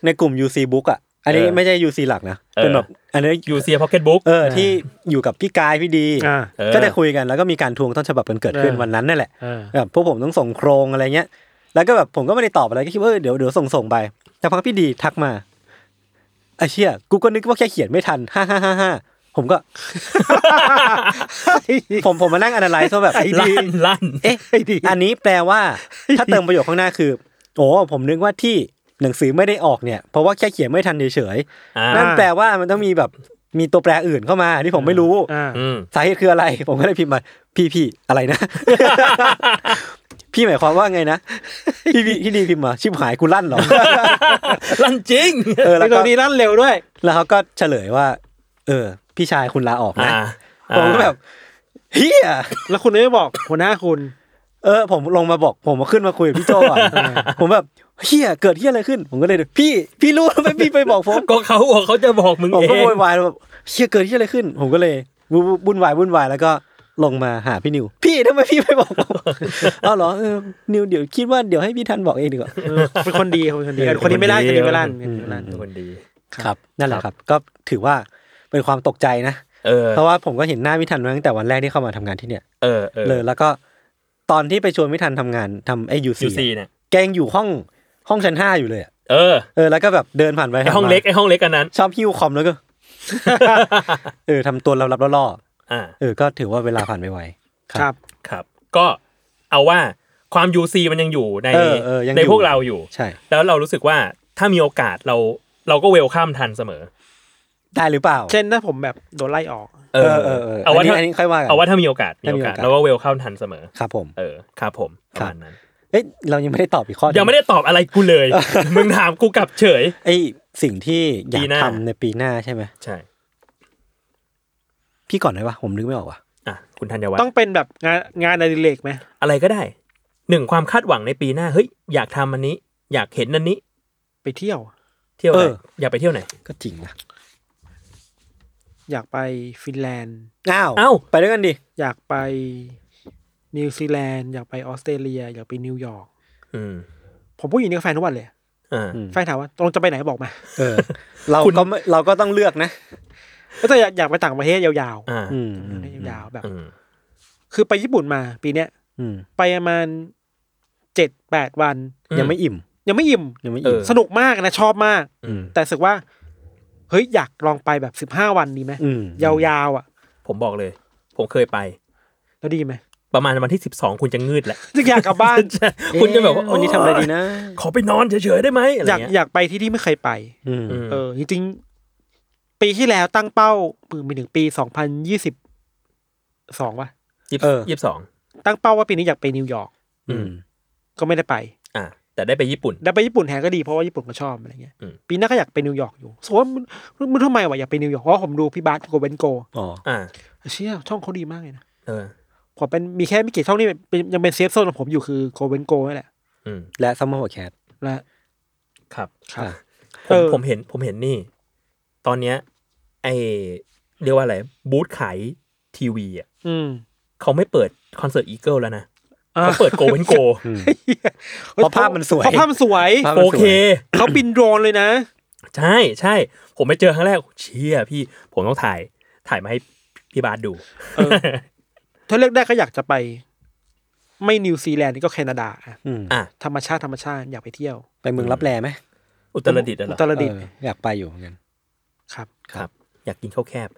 [SPEAKER 2] ในกลุ่ม UC Book อ่ะ อันนี้
[SPEAKER 1] เออ
[SPEAKER 2] ไม่ใช่ UC หลักนะ
[SPEAKER 1] เออ
[SPEAKER 2] เป็นแบบอันนี้
[SPEAKER 1] ยูเซียพ็อกเก็ตบุ๊ก
[SPEAKER 2] เออที่อยู่กับพี่กายพี่ดี
[SPEAKER 3] อ่า
[SPEAKER 1] เออ
[SPEAKER 2] ก็ได้คุยกันแล้วก็มีการทวงต้นฉบับกันเกิดขึ้น
[SPEAKER 3] เออ
[SPEAKER 2] วันนั้นนั่นแหละ
[SPEAKER 3] เออ
[SPEAKER 2] แบบพวกผมต้องส่งโครงอะไรเงี้ย แล้วก็แบบผมก็ไม่ได้ตอบอะไรก็คิดว่าเออเดี๋ยวเดี๋ยวส่งส่งไปแต่พักพี่ดีทักมาไอ้เชี่ยกูก็นึกว่าแค่เขียนไม่ทันฮ่าฮ่าฮ่าฮ่าผมก็ ผมผมมานั่ง analyze ว่าแบบ
[SPEAKER 3] *laughs*
[SPEAKER 1] ลั่นลั่น
[SPEAKER 2] เอ๊ะอันนี้แปลว่า ถ้าเติมประโยคข้างหน้าคือ โอ้ผมนึกว่าที่หนังสือไม่ได้ออกเนี่ย เพราะว่าแค่เขียนไม่ทันเฉย
[SPEAKER 1] อ่า
[SPEAKER 2] ๆนั่นแปลว่ามันต้องมีแบบมีตัวแปรอื่นเข้ามาที่ผมไม่รู้
[SPEAKER 3] อ่า
[SPEAKER 1] อืม
[SPEAKER 2] สาเหตุคืออะไร ผมก็เลยพิมพ์มาพี่พี่อะไรนะ *laughs* พี่หมายความว่าไงนะพี่พี่ที่ดีพิมพ์มาชิบหายกูลั่นเหรอ
[SPEAKER 1] ลั่นจริง
[SPEAKER 2] เออแล้ว
[SPEAKER 3] ตั
[SPEAKER 2] ก็
[SPEAKER 3] วนี้ลั่นเร็วด้วย
[SPEAKER 2] แล้วเขาก็เฉลยว่า เออ พี่ชายคุณลาออก
[SPEAKER 1] อ่า
[SPEAKER 2] นะผมก็แบบเฮีย
[SPEAKER 3] แล้วคุณไม่บอกหัวหน้าคุณ
[SPEAKER 2] เออผมลงมาบอกผมมาขึ้นมาคุยกับพี่โจก่อนผมแบบเฮียเกิดเฮียอะไรขึ้น ผมก็เลยพี่ พี่รู้ทำไมพี่ไปบอกผม
[SPEAKER 1] ก็เขาบอกเขาจะบอกมึง
[SPEAKER 2] ผม
[SPEAKER 1] เอ
[SPEAKER 2] ก็
[SPEAKER 1] ง
[SPEAKER 2] โวยวายแบบเฮียเกิดเฮียอะไรขึ้น ผมก็เลยวุ่นวายวุ่นวายแล้วก็ลงมาหาพี่นิว พี่ทำไมพี่ไปบอกผมเอาเหรอเออนิวเดี๋ยวคิดว่าเดี๋ยวให้พี่ทันบอกเองดีกว่า
[SPEAKER 3] เออเป็นคนดีเป็นคนดีคนนี้ไม่ได้คนนี้ไม่ลั่นคนนี้ไม่ลั่น
[SPEAKER 1] เป็นคนดี
[SPEAKER 2] ครับ นั่นแหละครับ ก็ถือว่าเป็นความตกใจนะ
[SPEAKER 1] เออ
[SPEAKER 2] เพราะว่าผมก็เห็นหน้าพี่ทันมาตั้งแต่วันแรกที่เข้ามาทำงานที่เนี่ย
[SPEAKER 1] เออเออ
[SPEAKER 2] เลยแล้วก็ตอนที่ไปชวนพี่ทันทำงานทำไอ้ยู
[SPEAKER 1] ยู
[SPEAKER 2] ซี
[SPEAKER 1] ซีเนี่ย
[SPEAKER 2] แกยังอยู่ห้องห้องชั้นห้าอยู่เลยอะ
[SPEAKER 1] เออ
[SPEAKER 2] เออแล้วก็แบบเดินผ่านไป
[SPEAKER 1] ไอห้อง
[SPEAKER 2] ผ่านมา
[SPEAKER 1] เล็กไอห้องเล็กอันนั้น
[SPEAKER 2] ชอบหิ้วคอมแล้วก็ *laughs* เออทำตัวลับๆล่อ
[SPEAKER 1] อ่า
[SPEAKER 2] ๆเออก็ถือว่าเวลาผ่านไปไว
[SPEAKER 3] ครับ
[SPEAKER 1] ครับก็เอาว่าความ UC มันยังอยู่ใน
[SPEAKER 2] เออเออยังอยู่
[SPEAKER 1] ในพวกเราอยู่
[SPEAKER 2] ใช่
[SPEAKER 1] แล้วเรารู้สึกว่าถ้ามีโอกาสเราเราก็เวลข้ามทันเสมอ
[SPEAKER 2] ได้หรือเปล่า
[SPEAKER 3] เช่นถ้าผมแบบโดนไล่ออก
[SPEAKER 1] เอ
[SPEAKER 2] เออเออเออ
[SPEAKER 1] เอาว่า
[SPEAKER 2] อันนี้
[SPEAKER 1] ถ้า
[SPEAKER 2] อันนี้ค่อยว่ากัน
[SPEAKER 1] เอาว่าถ้ามีโอกาสมี
[SPEAKER 2] ถ้ามีโอ
[SPEAKER 1] โอาก
[SPEAKER 2] กา
[SPEAKER 1] ส
[SPEAKER 2] ส
[SPEAKER 1] เราก็เวลข้ามทันเสมอ
[SPEAKER 2] ครับผม
[SPEAKER 1] เออครับผมประมาณนั้น
[SPEAKER 2] เอ้ยเรายังไม่ได้ตอบอีกข้อหนึ่
[SPEAKER 1] ยังไม่ได้ตอบอะไรกูเลย มึงถามกูกลับเฉย
[SPEAKER 2] ไอ้สิ่งที่อยา
[SPEAKER 1] ปี
[SPEAKER 2] ก
[SPEAKER 1] หน้า
[SPEAKER 2] ทำในปีหน้าใช่ไหม
[SPEAKER 1] ใช่
[SPEAKER 2] พี่ก่อนได้ปะผมนึกไม่ออกว่ะ
[SPEAKER 1] อ่ะคุณธัญวัฒ
[SPEAKER 3] ต้อง
[SPEAKER 1] น์
[SPEAKER 3] เป็นแบบงานงานอดิเรกไหม
[SPEAKER 1] อะไรก็ได้หนึ่งความคาดหวังในปีหน้าเฮ้ยอยากทำอันนี้ อยากเห็นอันนี้
[SPEAKER 3] ไปเที่ยว
[SPEAKER 1] เที่ยวไหนอยากไปเที่ยวไหน
[SPEAKER 2] ก็จริงนะ
[SPEAKER 3] อยากไปฟินแลนด์
[SPEAKER 2] อ้าว
[SPEAKER 1] เอ้า
[SPEAKER 2] ไปด้วยกันดิ
[SPEAKER 3] อยากไปนิวซีแลนด์ อยากไปออสเตรเลีย อยากไปนิวยอร์ก
[SPEAKER 1] อืม
[SPEAKER 3] ผมพูดอย่างนี้กับแฟนทุกวันเลย
[SPEAKER 1] อ่า
[SPEAKER 3] แฟนถามว่าตรงจะไปไหนบอกมา
[SPEAKER 2] เออ เราก็ไม่เราก็ต้องเลือกนะ
[SPEAKER 3] แล้วแต่อยากอยากไปต่างประเทศยาว
[SPEAKER 1] อ่า
[SPEAKER 2] อืม
[SPEAKER 3] ๆ
[SPEAKER 2] อืม
[SPEAKER 3] ยาวๆแบบ
[SPEAKER 1] อืม
[SPEAKER 3] คือไปญี่ปุ่นมาปีเนี้ย
[SPEAKER 2] อืม
[SPEAKER 3] ไปประมาณเจ็ดแปดวัน
[SPEAKER 2] ยังไม่อิ่ม
[SPEAKER 3] ยังไม่อิ่ม
[SPEAKER 2] ยังไม่
[SPEAKER 1] เอ
[SPEAKER 2] อิ่ม
[SPEAKER 1] อ
[SPEAKER 3] สนุกมากนะชอบมาก
[SPEAKER 1] อืม
[SPEAKER 3] แต่รู้สึกว่า เฮ้ยอยากลองไปแบบสิบห้าวันดีไหม
[SPEAKER 2] อืม
[SPEAKER 3] ยาวๆอ่ะ
[SPEAKER 1] ผมบอกเลย ผมเคยไป
[SPEAKER 3] แล้วดีไหม
[SPEAKER 1] ประมาณวันที่สิบสองคุณจะงืดแหละ
[SPEAKER 3] รู้สึกอยากกลับ
[SPEAKER 1] *laughs*
[SPEAKER 3] บ้าน
[SPEAKER 1] คุณจะแบบว่า
[SPEAKER 2] เอ๊วันนี้ทำอะไรดีนะ
[SPEAKER 1] ขอไปนอนเฉยๆได้ไหมอะไร
[SPEAKER 3] อยาก
[SPEAKER 1] เงี้ย
[SPEAKER 3] อยากไปที่ที่ไม่เคยไป
[SPEAKER 2] อืม
[SPEAKER 1] อืม
[SPEAKER 3] เออ จริงๆ ปีที่แล้วตั้งเป้าปีหนึ่งปีสองพันยี่สิบสองว่ะ
[SPEAKER 1] ยี่สิบสอง
[SPEAKER 3] ตั้งเป้าว่าปีนี้อยากไปนิวยอร์ก
[SPEAKER 2] อืม
[SPEAKER 3] ก็ไม่ได้ไป
[SPEAKER 1] อ่ะแต่ได้ไปญี่ปุ่น
[SPEAKER 3] ได้ไปญี่ปุ่นแทนก็ดีเพราะว่าญี่ปุ่นก็ชอบอะไรเงี้ย
[SPEAKER 1] อืม
[SPEAKER 3] ปีหน้าก็อยากไปนิวยอร์กอยู่สมมติว่ามึงมึงมึงทำไมวะอยากไปนิวยอร์กเพราะว่าผมดูพี่บาสโกเบนโก
[SPEAKER 2] อ๋อ
[SPEAKER 1] อ่ะ
[SPEAKER 3] เชี่ยช่องเขาดีมากเลยนะ
[SPEAKER 1] เออ
[SPEAKER 3] ผมเป็นมีแค่ไม่กี่ช่องนี่เป็นเป็นยังเป็นเซฟโซนของผมอยู่คือโกเบนโกนั่นแหละ
[SPEAKER 1] อืม
[SPEAKER 2] และซัมเมอร์แคท
[SPEAKER 3] และ
[SPEAKER 1] ครับ
[SPEAKER 3] ครับ
[SPEAKER 1] ผ
[SPEAKER 3] เอ
[SPEAKER 1] ม
[SPEAKER 3] อ
[SPEAKER 1] ผมเห็นผมเห็นนี่ ตอนเนี้ยไอเรียกว่าอะไร บูธขายทีวีอ่ะ
[SPEAKER 3] อืม
[SPEAKER 1] เขาไม่เปิดคอนเสิร์ตอีเกิลแล้วนะเขาเปิดโกเวนโก *laughs*
[SPEAKER 2] เพราะภาพมันสวย
[SPEAKER 3] เพราะภาพมันสวย
[SPEAKER 2] ภาพ
[SPEAKER 1] โอเค
[SPEAKER 3] เขาบินโดรนเลยนะ
[SPEAKER 1] ใช่ใช่ ผมไปเจอครั้งแรก เชี่ยพี่ ผมต้องถ่ายถ่ายมาให้พี่บาสดู
[SPEAKER 3] เออ ถ้าเลือกได้ก็อยากจะไป ไม่นิวซีแลนด์นี่ก็แคนาดาอะ
[SPEAKER 2] อืม
[SPEAKER 1] อ่ะ
[SPEAKER 3] ธรรมชาติธรรมชาติอยากไปเที่ยว
[SPEAKER 2] ไปเมืองรับแลไหม
[SPEAKER 1] อุตรดิตถ์อะเหรอ
[SPEAKER 3] อุตรดิตถ์
[SPEAKER 2] เอออยากไปอยู่เหมือนกัน
[SPEAKER 3] ครับ
[SPEAKER 1] ครับ อยากกินข้าวแคบ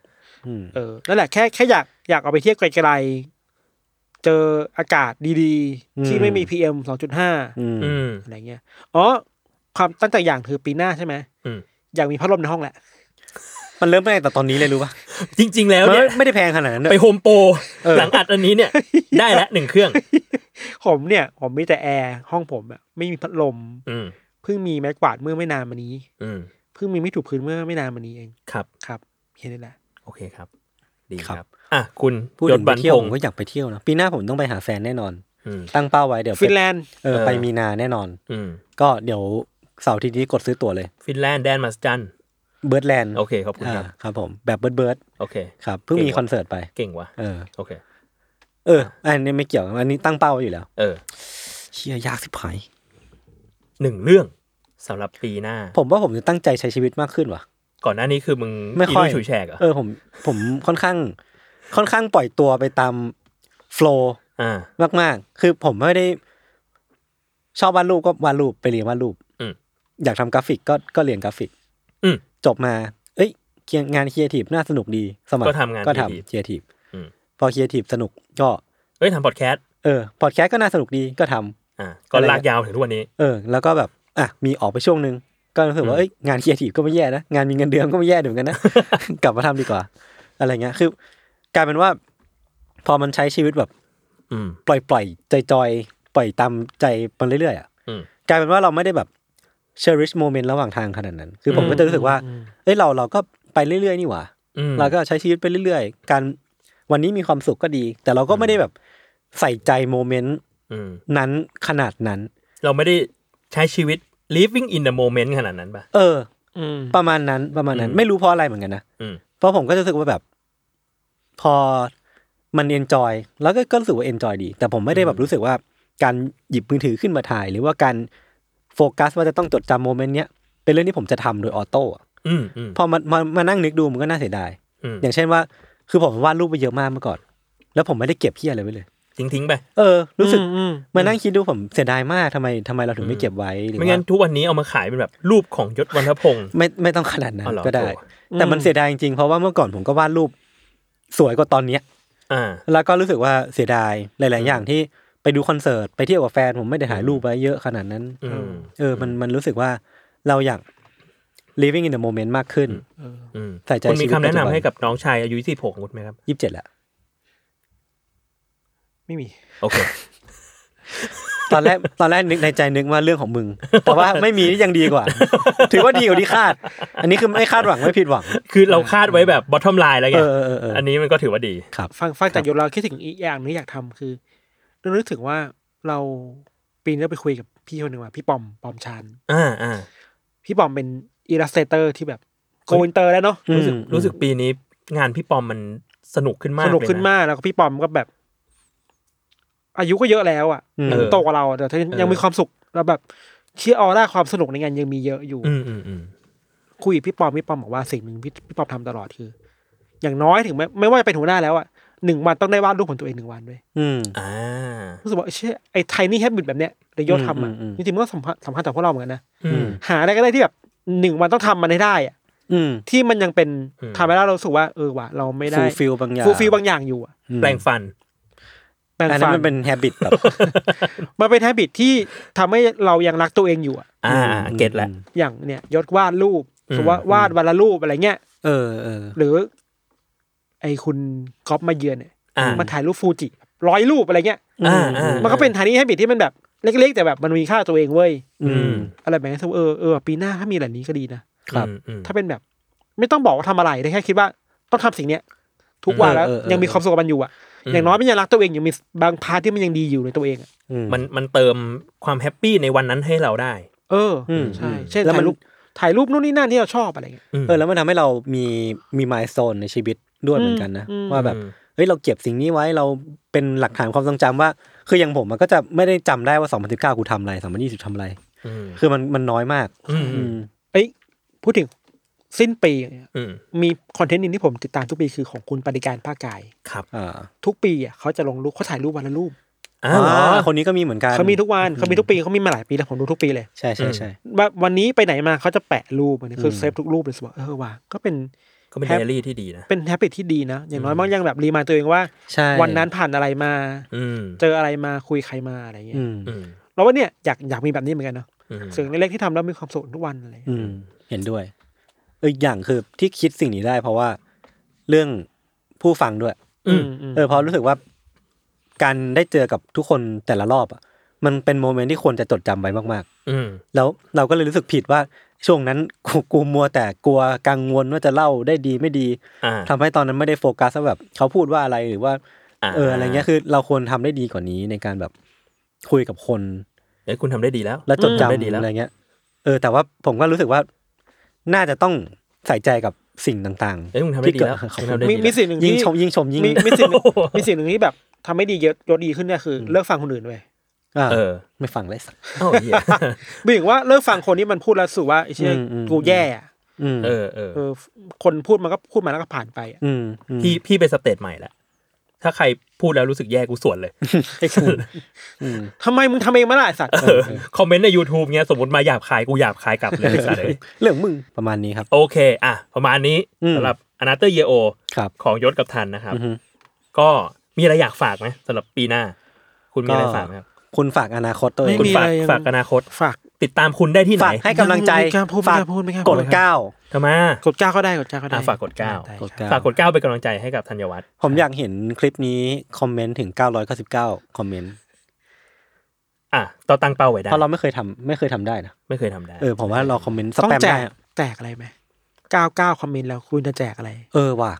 [SPEAKER 2] อืม
[SPEAKER 3] เออนั่นแหละแค่แค่อยากอยากออกไปเที่ยวไกลๆ เจออากาศดีๆ ที่ไม่มีพีเอมสองจุดห้า
[SPEAKER 2] อืม
[SPEAKER 1] อืม
[SPEAKER 3] อะไรเงี้ยอ๋อความตั้งแต่อย่างคือปีหน้าใช่ไหม
[SPEAKER 1] อืม
[SPEAKER 3] อยากมีพัดลมในห้องแหละ
[SPEAKER 2] มันเริ่มแรกแต่ตอนนี้เลยรู้ป่ะ
[SPEAKER 1] จริง ๆ แล้ว
[SPEAKER 2] มัน
[SPEAKER 1] เนี่ย
[SPEAKER 2] ไม่ได้แพงขนาดนั้น
[SPEAKER 1] ไป
[SPEAKER 2] ด้วย
[SPEAKER 1] โฮมโปร
[SPEAKER 3] เออ
[SPEAKER 1] หลังอัดอัน *laughs* นี้เนี่ย ได้ละหนึ่งเครื่อง
[SPEAKER 3] ผมเนี่ย ผมมีแต่แอร์ห้องผมอะไม่มีพัดลม
[SPEAKER 1] อืม
[SPEAKER 3] เพิ่งมีไม้กวาดเมื่อไม่นานมานี้
[SPEAKER 1] อืม
[SPEAKER 3] เพิ่งมีไม่ถูกพื้นเมื่อไม่นานมานี้เอง
[SPEAKER 1] ครับ
[SPEAKER 3] ครับแค่นี้แหละ
[SPEAKER 1] โอเคครับ ดีครับ อ่ะ คุณ
[SPEAKER 2] พูด
[SPEAKER 1] ย
[SPEAKER 2] ถึ
[SPEAKER 1] ศ
[SPEAKER 2] ง
[SPEAKER 1] บัน
[SPEAKER 2] ไปเที่ยว
[SPEAKER 1] พ
[SPEAKER 2] ผ
[SPEAKER 1] งศ์
[SPEAKER 2] มก็อยากไปเที่ยวนะ ปีหน้าผมต้องไปหาแฟนแน่นอน
[SPEAKER 1] อืม
[SPEAKER 2] ตั้งเป้าไว้เดี๋ยว
[SPEAKER 3] ฟินแลนด์
[SPEAKER 2] เออ
[SPEAKER 1] เออ
[SPEAKER 2] ไปมีนาแน่นอน
[SPEAKER 1] อืม
[SPEAKER 2] ก็เดี๋ยวเสาร์อาที่นี้กดซื้อตั๋วเลย
[SPEAKER 1] ฟินแลนด์แดนมาสจัน
[SPEAKER 2] เบิร์ดแลนด์
[SPEAKER 1] โอเคขอบคุณครับ
[SPEAKER 2] ครับผมแบบเบิร์ดเบิร์ด
[SPEAKER 1] โอเค
[SPEAKER 2] ๆครับเพิ่งมีคอนเสิร์ตไป
[SPEAKER 1] เก่งว่ะ
[SPEAKER 2] เออ
[SPEAKER 1] โอเค
[SPEAKER 2] เออ อันนี้ไม่เกี่ยวอันนี้ตั้งเป้าไว้อยู่แล้ว
[SPEAKER 1] เออ
[SPEAKER 2] เชียยากสิบหาย
[SPEAKER 1] หนึ่งเรื่องสำหรับปีหน้า
[SPEAKER 2] ผมว่าผมจะตั้งใจใช้ชีวิตมากขึ้นว่ะ
[SPEAKER 1] ก่อนหน้านี้คือมึง
[SPEAKER 2] ไม่ค่อย
[SPEAKER 1] ลุฉุยแฉกเหรอ
[SPEAKER 2] เออผมผมค่อนข้าง ค่อนข้างปล่อยตัวไปตามโฟล
[SPEAKER 1] อ่า
[SPEAKER 2] มาก ๆ คือผมไม่ได้ชอบวาดรูปก็วาดรูปไปเรียนวาดรูป
[SPEAKER 1] อืม
[SPEAKER 2] อยากทำกราฟิกก็ก็เรียนกราฟิก
[SPEAKER 1] อืม
[SPEAKER 2] จบมา เอ้ยเคียงงานครีเอทีฟน่าสนุกดีสมัคร
[SPEAKER 1] ก็ทำงาน
[SPEAKER 2] ก็
[SPEAKER 1] creative
[SPEAKER 2] ทำครีเอทีฟ
[SPEAKER 1] อืม
[SPEAKER 2] พอครีเอทีฟสนุกก็
[SPEAKER 1] เอ้ยทำพอดแคสต์
[SPEAKER 2] เออพอดแคสต์ก็น่าสนุกดีก็ทำ
[SPEAKER 1] อ่าก็
[SPEAKER 2] อะไร
[SPEAKER 1] ลากยาวถึงทุกวันนี้
[SPEAKER 2] เออ แล้วก็แบบอ่ะมีออกไปช่วงหนึ่งก็รู้สึก
[SPEAKER 1] อื
[SPEAKER 2] ว่าม เอ้ยงานครีเอทีฟก็ไม่แย่นะงานมีเงินเดือนก็ไม่แย่เหมือ
[SPEAKER 1] *laughs*
[SPEAKER 2] นกันนะ กลับมาทำดีกว่า อะไรเงี้ยคือกลายเป็นว่า พอมันใช้ชีวิตแบบ
[SPEAKER 1] อืม
[SPEAKER 2] ปล่อยปล่อยจอยจอยๆปล่อยตามใจมันเรื่อยๆอ่ะ
[SPEAKER 1] อืม
[SPEAKER 2] กลายเป็นว่าเราไม่ได้แบบ cherish moment ระหว่างทางขนาดนั้น คือผม
[SPEAKER 1] อืม
[SPEAKER 2] ก็จะรู้สึกว่าเอ้ยเราเราก็ไปเรื่อยๆนี่หว่า
[SPEAKER 1] อืม
[SPEAKER 2] เราก็ใช้ชีวิตไปเรื่อยๆ การวันนี้มีความสุขก็ดี แต่เราก็ไม่ได้แบบใส่ใจโมเมนต์
[SPEAKER 1] อืม
[SPEAKER 2] นั้นขนาดนั้น
[SPEAKER 1] เราไม่ได้ใช้ชีวิต living in the moment ขนาดนั้นป่ะ
[SPEAKER 2] เออ
[SPEAKER 3] อืม
[SPEAKER 2] ประมาณนั้นประมาณนั้น
[SPEAKER 1] อืม
[SPEAKER 2] ไม่รู้เพราะอะไรเหมือนกันนะ
[SPEAKER 1] อืม
[SPEAKER 2] เพราะผมก็จะรู้สึกว่าแบบ พอมันเอนจอยแล้วก็ก็รู้สึกว่าเอนจอยดี แต่ผมไม่ได้แบบรู้สึกว่าการหยิบมือถือขึ้นมาถ่าย หรือว่าการโฟกัสว่าจะต้องจดจำโมเมนต์เนี้ยเป็นเรื่องที่ผมจะทำโดยออโต้อะ
[SPEAKER 1] อืมอืม
[SPEAKER 2] พอมันมามานั่งนึกดูมันก็น่าเสียดาย
[SPEAKER 1] อืม
[SPEAKER 2] อย่างเช่นว่า คือผมวาดรูปไปเยอะมากเมื่อก่อน แล้วผมไม่ได้เก็บเพี้ยอะไรไว้เลย
[SPEAKER 1] ทิ้งทิ้งๆไป
[SPEAKER 2] เออ รู้สึก
[SPEAKER 3] อืมอืม
[SPEAKER 2] มานั่งคิดดูผมเสียดายมากทำไมทำไมเราถึงไม่เก็บไว้หรือ
[SPEAKER 1] ไม่
[SPEAKER 2] ว่า
[SPEAKER 1] งั้นทุกวันนี้เอามาขายเป็นแบบรูปของยศวันทพงศ์
[SPEAKER 2] ไม่ไม่ต้องขนาดนั้
[SPEAKER 1] อ๋อน เหรอ
[SPEAKER 2] ก็ได้
[SPEAKER 1] โอ้
[SPEAKER 2] แต่มันเสียดายจริงๆเพราะว่าเมื่อก่อนผมก็วาดรูปสวยกว่าตอนเนี้ย
[SPEAKER 1] อ่า
[SPEAKER 2] แล้วก็รู้สึกว่าเสียดายหลาย ๆ อย่างที่ไปดูคอนเสิร์ตไปเที่ยวกับแฟนผมไม่ได้ถ่ายรูปไว้เยอะขนาดนั้น
[SPEAKER 1] อืม
[SPEAKER 2] เออ มันมันรู้สึกว่าเราอยาก living in the moment มากขึ้น
[SPEAKER 1] อืม
[SPEAKER 2] ใส่ใจ
[SPEAKER 1] คุณมี
[SPEAKER 2] ชีวิต
[SPEAKER 1] คำแนะนำ
[SPEAKER 2] ปัจจุบัน
[SPEAKER 1] ให้กับน้องชายอายุยี่สิบหกคุณไหมครับ
[SPEAKER 2] ยี่สิบเจ็ดละ
[SPEAKER 3] ไม่มี
[SPEAKER 1] โอเค
[SPEAKER 2] ตอนแรก ตอนแรกนึกในใจนึกว่าเรื่องของมึง แต่ว่า *laughs* ไม่มีนี่ยังดีกว่า ถือว่าดีกว่าที่คาด อันนี้คือไม่คาดหวังไม่ผิดหวัง
[SPEAKER 1] คือเราคาดไว้แบบ bottom line แล้วไง
[SPEAKER 2] เออเออเออเอออั
[SPEAKER 1] อันนี้มันก็ถือว่าดี
[SPEAKER 2] ครับ
[SPEAKER 3] ฟังฟังจากโยเราคิดถึงอีกอย่างหนึงอยากทำคือเรานึกถึงว่าเราปีนี้เราไปคุยกับพี่คนหนึ่งว่าพี่ปอมปอมชาน
[SPEAKER 1] อ่าอ่า
[SPEAKER 3] พี่ปอมเป็นอิลลัสเตเตอร์ที่แบบโกอินเตอร์แล้วเนาะ
[SPEAKER 2] อืม
[SPEAKER 1] รู้สึกรู้สึกปีนี้งานพี่ปอมมันสนุกขึ้นมาก
[SPEAKER 3] สนุก
[SPEAKER 1] เลยะ
[SPEAKER 3] ขึ้นมากแล้วก็พี่ปอมก็แบบ อายุก็เยอะแล้วอ่ะ
[SPEAKER 2] อืม
[SPEAKER 3] ยังโตกว่าเราอะแต่ถ้ายังมีความสุขเราแบบเชียร์ออร่าความสนุกในงานยังมีเยอะอยู่
[SPEAKER 1] อืมอืมอืม
[SPEAKER 3] คุยกับพี่ปอมพี่ปอมบอกว่าสิ่งหนึ่งพี่พี่ปอมทำตลอดคือ อย่างน้อยถึงแม้ไม่ว่าจะเป็นหัวหน้าแล้วอ่ะหนึ่งวันต้องได้วาดรูปของตัวเองหนึ่งวันด้วย
[SPEAKER 2] อืม
[SPEAKER 1] อ่า
[SPEAKER 3] รู้สึกว่าเชื่อไอ้ไทนี่แฮบิตแบบเนี้ยเรโยทำอ่ะ
[SPEAKER 2] อืมอืมอืม
[SPEAKER 3] จริงๆมันก็สำคัญสำคัญต่อพวกเราเหมือนกันนะ
[SPEAKER 1] อืม
[SPEAKER 3] หาอะไรก็ได้ที่แบบหนึ่งวันต้องทำมันให้ได้อะ
[SPEAKER 2] อืม
[SPEAKER 3] ที่มันยังเป็น
[SPEAKER 1] อืม
[SPEAKER 3] ทำให้เรารู้สึกว่าเออว่ะเราไม่ได้
[SPEAKER 2] ฟูลฟิลบางอย่าง
[SPEAKER 3] ฟูลฟิลบางอย่างอยู่อะ
[SPEAKER 2] อืม
[SPEAKER 1] แปลงฟัน
[SPEAKER 3] แปลง
[SPEAKER 2] อัน
[SPEAKER 3] ฟั
[SPEAKER 2] นั้น นมันเป็น habit แบบ
[SPEAKER 3] มันเป็นแฮบิตที่ทำให้เรายังรักตัวเองอยู่อะ
[SPEAKER 1] อ่าอ่าเก็ตแล้ว
[SPEAKER 3] อย่างเนี่ยยศวาดรูป
[SPEAKER 1] อืม
[SPEAKER 3] สมมติว่าวาดวันละรูปอะไรเงี้ย
[SPEAKER 2] เออเออ
[SPEAKER 3] หรือ ไอ้คุณก๊อฟมาเยือนเนี่ย
[SPEAKER 1] อ่า
[SPEAKER 3] มันถ่ายรูปฟูจิร้อยรูปอะไรเงี้ย
[SPEAKER 1] อ่าอ่า
[SPEAKER 3] มันก็เป็นไทนี่แฮบิตที่มันแบบเล็กๆ แต่แบบมันมีค่าตัวเองเว้ย
[SPEAKER 2] อื
[SPEAKER 1] อื
[SPEAKER 2] ม
[SPEAKER 1] ม
[SPEAKER 3] อะไรแบบนี้เออเออปีหน้าถ้ามีแบบนี้ก็ดีนะ
[SPEAKER 2] ครับ
[SPEAKER 1] อืมอืม
[SPEAKER 3] ถ้าเป็นแบบ ไม่ต้องบอกว่าทำอะไรได้แค่คิดว่าต้องทำสิ่งเนี้ย ทุกวันแล้ว
[SPEAKER 2] เออเออเออ
[SPEAKER 3] ยังมีความสุขกับมันอยู่อ่ะ
[SPEAKER 1] อืม
[SPEAKER 3] อย่างน้อยมันยังรักตัวเองยังมีบางพาร์ทที่มันยังดีอยู่ในตัวเองอะ
[SPEAKER 2] อืม
[SPEAKER 1] มันมันเติมความแฮปปี้ในวันนั้นให้เราได้
[SPEAKER 3] เอออ
[SPEAKER 2] ม
[SPEAKER 3] ใช่
[SPEAKER 2] อืม
[SPEAKER 3] เช่น
[SPEAKER 2] แล้วมัน
[SPEAKER 3] ถ่ายรูปถ่ายรูปนู่นนี่นั่นที่เราชอบอะไรเงี้ย
[SPEAKER 1] อืม
[SPEAKER 2] เออแล้วมันทำให้เรามีมีมายโซนในชีวิตด้วย
[SPEAKER 3] อืม
[SPEAKER 2] เหมือนกันนะ
[SPEAKER 3] อืม
[SPEAKER 2] ว่าแบบเฮ้ยเราเก็บสิ่งนี้ไว้เราเป็นหลักฐานความทรงจำว่า คืออย่างผมมันก็จะไม่ได้จำได้ว่า 2019 กูทำอะไร 2020ทำอะไร
[SPEAKER 1] อืม
[SPEAKER 2] คือมันมันน้อยมาก
[SPEAKER 1] อืม
[SPEAKER 2] อืม
[SPEAKER 3] เอ้ยพูดถึงสิ้นปีอย่างเงี้ย
[SPEAKER 1] อืม
[SPEAKER 3] มีคอนเทนต์หนึงที่ผมติดตามทุกปีคือของคุณปฏิการภาคกาย
[SPEAKER 1] ครับ
[SPEAKER 2] อ่า
[SPEAKER 3] ทุกปีอ่ะเขาจะลงรูปเขาถ่ายรูปวันละรูป
[SPEAKER 1] อ้าวเหรอ
[SPEAKER 2] าคนนี้ก็มีเหมือนกัน
[SPEAKER 3] เขามีทุกวันเขามีทุกปีเขามีมาหลายปีแล้วผมดูทุกปีเลย
[SPEAKER 2] ใช่ใช่ใช่
[SPEAKER 3] ว่าวันนี้ไปไหนมาเขาจะแปะรูปอันนี้คืออ
[SPEAKER 2] ม
[SPEAKER 3] เซฟทุกรูปเลยสมมติเออว่าก็เป็น
[SPEAKER 1] ก็เป็นไดอารี่ที่ดีนะ
[SPEAKER 3] เป็นแฮปปี้ที่ดีนะ อย่างน้อยมันยังแบบรีมายตัวเองว่า
[SPEAKER 2] ใช่
[SPEAKER 3] วันนั้นผ่านอะไรมา
[SPEAKER 1] อืม
[SPEAKER 3] เจออะไรมาคุยใครมาอะไรอย่างเงี้ย
[SPEAKER 2] อืม
[SPEAKER 1] อืม
[SPEAKER 3] เราว่าเนี่ยอยากอยากมีแบบนี้เหมือนกันเนาะ
[SPEAKER 1] อืม
[SPEAKER 3] สิ่งเล็กๆที่ทำแล้วมีความสุขทุกวันอะไรอย่างเงี้ย
[SPEAKER 2] อืมเห็นด้วยเอออีกอย่างคือที่คิดสิ่งนี้ได้เพราะว่าเรื่องผู้ฟังด้วย
[SPEAKER 1] อืม
[SPEAKER 3] ม
[SPEAKER 2] เออเพอรู้สึกว่า การได้เจอกับทุกคนแต่ละรอบอ่ะมันเป็นโมเมนต์ที่ควรจะจดจำไว้มาก
[SPEAKER 1] อืม
[SPEAKER 2] ๆ แล้วเราก็เลยรู้สึกผิดว่าช่วงนั้น *laughs* กูกูมัวแต่กลัวกังวลว่าจะเล่าได้ดีไม่ดี
[SPEAKER 1] อ่า
[SPEAKER 2] ทำให้ตอนนั้นไม่ได้โฟกัสว่าแบบเขาพูดว่าอะไรหรือว่า เอออะไรเงี้ยคือเราควรทำได้ดีกว่านี้ในการแบบคุยกับคน
[SPEAKER 1] เอ้ยคุณทำได้ดีแล้ว
[SPEAKER 2] แล้วจด
[SPEAKER 1] ท
[SPEAKER 2] จำ
[SPEAKER 1] ได้ดีแล้ว
[SPEAKER 2] อะไรเงี้ย เออ แต่ว่าผมก็รู้สึกว่า น่าจะต้องใส่ใจกับสิ่งต่าง
[SPEAKER 1] เอ้ยคุณทำ
[SPEAKER 2] ๆ
[SPEAKER 1] ได้
[SPEAKER 2] ที่
[SPEAKER 1] ดี
[SPEAKER 2] เกิด
[SPEAKER 1] แล้ว
[SPEAKER 2] ขอบ
[SPEAKER 1] คุณ
[SPEAKER 2] คุ
[SPEAKER 1] ทำได้
[SPEAKER 2] ณ
[SPEAKER 1] ดี
[SPEAKER 3] มี
[SPEAKER 1] แล้ว
[SPEAKER 3] มีสิ่งหนึ่ง
[SPEAKER 2] ยิ่ง
[SPEAKER 3] ที่
[SPEAKER 2] ชมยิ่งชมยิ่ง
[SPEAKER 3] มีมีสิ่งหนึ่งมีสิ่งหนึ่งที่แบบทำให้ดีเยอะยศดีขึ้นเนี่ยคือเลิกฟังคนอื่นเว้ย
[SPEAKER 2] อ่า
[SPEAKER 1] เออ
[SPEAKER 2] ไม่ฟังเลยสัก
[SPEAKER 1] เอ้าเหี้ย
[SPEAKER 3] หมายถึงว่าเลิกฟังคนที่มันพูดแล้วรู้สูว่าไอ้เชี่ย
[SPEAKER 2] อืมอืม
[SPEAKER 3] กูแย่อะ
[SPEAKER 2] อืม
[SPEAKER 1] เออเออ
[SPEAKER 3] เออคนพูดมันก็พูดมาแล้วก็ผ่านไปอะ
[SPEAKER 2] อืมอืม
[SPEAKER 1] พี่พี่เป็นสเตจใหม่แล้ว ถ้าใครพูดแล้วรู้สึกแย่กูสวนเลย
[SPEAKER 2] อืม
[SPEAKER 3] ทำไมมึงทำเองไม่ได้ไอ้สัตว์
[SPEAKER 1] เออคอมเมนต์ใน YouTube เงี้ยสมมติมาหยาบคายกูหยาบคายกลับเลยไอ้สัตว์เลย
[SPEAKER 2] เรื่องมึงประมาณนี้ครับ
[SPEAKER 1] โอเค อ่ะ ประมาณนี้
[SPEAKER 2] อืม
[SPEAKER 1] สำหรับอนาเตอร์เยโอ
[SPEAKER 2] ครับ
[SPEAKER 1] ของยศกับทันนะครับ
[SPEAKER 2] อือฮึ
[SPEAKER 1] ก็มีอะไรอยากฝากไหมสำหรับปีหน้า คุณมีอะไรฝากไหมครับ
[SPEAKER 2] คุณฝากอนาคตตัวเอง
[SPEAKER 3] ไม่
[SPEAKER 1] คุณ
[SPEAKER 3] มี
[SPEAKER 1] ฝาก
[SPEAKER 3] อะไรยัง
[SPEAKER 1] ฝากอนาคต
[SPEAKER 3] ฝาก
[SPEAKER 1] ติดตามคุณได้ที่ไหน
[SPEAKER 2] ฝากให้กำลังใจ
[SPEAKER 3] ไม่กล้าพูด
[SPEAKER 2] ฝาก
[SPEAKER 3] ไม่กล้าพูดไม่กล้าพู
[SPEAKER 2] ก
[SPEAKER 3] ด
[SPEAKER 2] ด
[SPEAKER 3] ครับ
[SPEAKER 2] เก้า
[SPEAKER 1] ทำไม
[SPEAKER 3] กดเก้าก็ได้กดเก้าก็ได้
[SPEAKER 1] อ่ะฝากกดเก้า
[SPEAKER 3] ได้
[SPEAKER 2] กดเก้
[SPEAKER 3] ครับ
[SPEAKER 1] ฝากกดเก้าเป็นกำลังใจให้กับธัญวัฒน์
[SPEAKER 2] ผมอยากเห็นคลิปนี้คอมเมนต์ถึง 999 คอมเมนต์
[SPEAKER 1] อ่ะต่อตั้งเป้าไว้ได้
[SPEAKER 2] เพราะเราไม่เคยทำไม่เคยทำได้นะ
[SPEAKER 1] ไม่เคยทำได้
[SPEAKER 2] เออผมว่าเราคอมเมนต์ส
[SPEAKER 3] ต้อง
[SPEAKER 2] แปม
[SPEAKER 3] แจ
[SPEAKER 2] ได้
[SPEAKER 3] ก
[SPEAKER 2] อะ
[SPEAKER 3] แจกอะไรไหมเก้าเก้าคอมเมนต์แล้วคุณจะแจกอะไร
[SPEAKER 2] เออว่ะ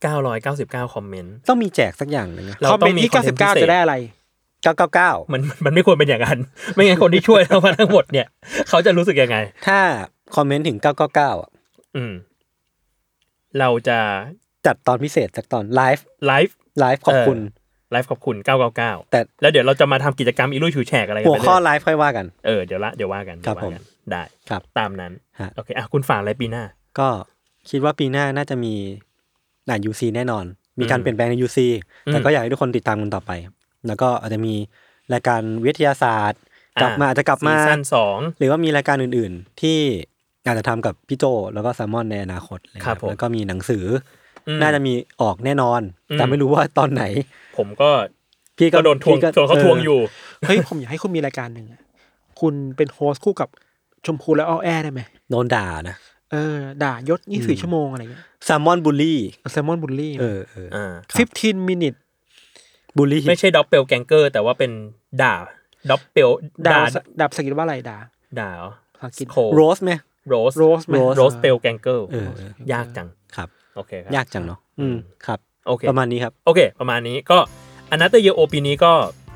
[SPEAKER 1] 999 คอมเมนต์
[SPEAKER 2] ต้องมีแจกสักอย่างหนึ่งนะ
[SPEAKER 1] เรา
[SPEAKER 3] คอม
[SPEAKER 1] ต้
[SPEAKER 3] เม
[SPEAKER 1] อน ง
[SPEAKER 3] ต์
[SPEAKER 1] มี
[SPEAKER 3] ที่
[SPEAKER 1] คอ
[SPEAKER 3] เก้าน
[SPEAKER 1] เทนต์พิเศ
[SPEAKER 3] สิบเก้าจะ
[SPEAKER 1] ษ
[SPEAKER 3] ได้อะไร
[SPEAKER 2] 999
[SPEAKER 1] มันมันมันไม่ควรเป็นอย่างนั้น *laughs* ไม่งั้นคนที่ช่วยเรามาทั้งหมดเนี่ย เขาจะรู้สึกยังไง
[SPEAKER 2] ถ้าคอมเมนต์ถึง 999อะ
[SPEAKER 1] อืม เราจะ
[SPEAKER 2] จัดตอนพิเศษจากตอนไลฟ์
[SPEAKER 1] ไลฟ์
[SPEAKER 2] ไลฟ์ขอบคุณ
[SPEAKER 1] ไลฟ์ขอบคุณ 999
[SPEAKER 2] แต่
[SPEAKER 1] แล้วเดี๋ยวเราจะมาทำกิจกรรมอีลุยชูแฉกอะไรกัน
[SPEAKER 2] หัว
[SPEAKER 1] ไป
[SPEAKER 2] ข้อ
[SPEAKER 1] เรื่อย
[SPEAKER 2] ไลฟ์ค่อยว่ากัน
[SPEAKER 1] เออเดี๋ยวละเดี๋ยวว่ากัน
[SPEAKER 2] ครับ
[SPEAKER 1] เดี๋ยวว่ากันได้
[SPEAKER 2] ครับ
[SPEAKER 1] ตามนั้น
[SPEAKER 2] ฮะ
[SPEAKER 1] โอเค อ่ะ คุณฝากอะไรปีหน้า
[SPEAKER 2] ก็คิดว่าปีหน้าน่าจะมีหนัง UC แน่นอน มีการ
[SPEAKER 1] อืม
[SPEAKER 2] เปลี่ยนแปลงใน UC
[SPEAKER 1] อืม
[SPEAKER 2] แต่ก็อยากให้ทุกคนติดตามกันต่อไป แล้วก็อาจจะมีรายการวิทยาศาสตร์
[SPEAKER 1] อ่าก ก
[SPEAKER 2] ลับมาอาจจะกลับ
[SPEAKER 1] ซี
[SPEAKER 2] มา
[SPEAKER 1] ซั่นสอง
[SPEAKER 2] หรือว่ามีรายการอื่นๆ ที่อาจจะทำกับพี่โจแล้วก็แซมมอนในอนาคตอะไเงี้ย
[SPEAKER 1] ครับผม
[SPEAKER 2] แล้วก็มีหนังสือ
[SPEAKER 1] อื
[SPEAKER 2] อ
[SPEAKER 1] ม
[SPEAKER 2] น่าจะมีออกแน่นอน
[SPEAKER 1] อืม
[SPEAKER 2] แต่ไม่รู้ว่าตอนไหน
[SPEAKER 1] ผมก็
[SPEAKER 2] พี่
[SPEAKER 1] ก็โดนทวง
[SPEAKER 2] พี่ก็
[SPEAKER 1] โดนเขาทวงอยู่
[SPEAKER 3] เฮ้ย ผมอยากให้คุณมีรายการหนึ่งอะคุณเป็นโฮสต์คู่กับชมพูและอ้อแอได้ไหม
[SPEAKER 2] โดนด่านะ
[SPEAKER 3] เออ ด่ายศยี่สิบชั่วโมงอะไรเงี้ย
[SPEAKER 2] แซมมอนบูลลี่
[SPEAKER 3] แซมมอนบุลลี่
[SPEAKER 2] เออเออ
[SPEAKER 1] อ่า
[SPEAKER 3] 15 minute
[SPEAKER 2] บูลลี่
[SPEAKER 1] ไม่ใช่ด็อปเปลแกงเกอร์ แต่ว่าเป็นด่าด็อปเปล
[SPEAKER 3] ดา
[SPEAKER 1] ด่าว
[SPEAKER 3] ดาบสกิดว่าอะไรดา
[SPEAKER 1] ด่าเหรอ
[SPEAKER 3] ภาษาอังกิน
[SPEAKER 1] โค
[SPEAKER 2] โรสไหม
[SPEAKER 1] โรส
[SPEAKER 3] Rose ไหม
[SPEAKER 1] โรสเปลแกงเกอร์
[SPEAKER 2] เออ
[SPEAKER 1] ยากจัง
[SPEAKER 2] ครับ
[SPEAKER 1] โอเคครับ
[SPEAKER 2] ยากจังเนาะอืมครับ
[SPEAKER 1] โอเค
[SPEAKER 2] ประมาณนี้ครับ
[SPEAKER 1] โอเค ประมาณนี้ก็อนาเตอร์เยโอปีนี้ก็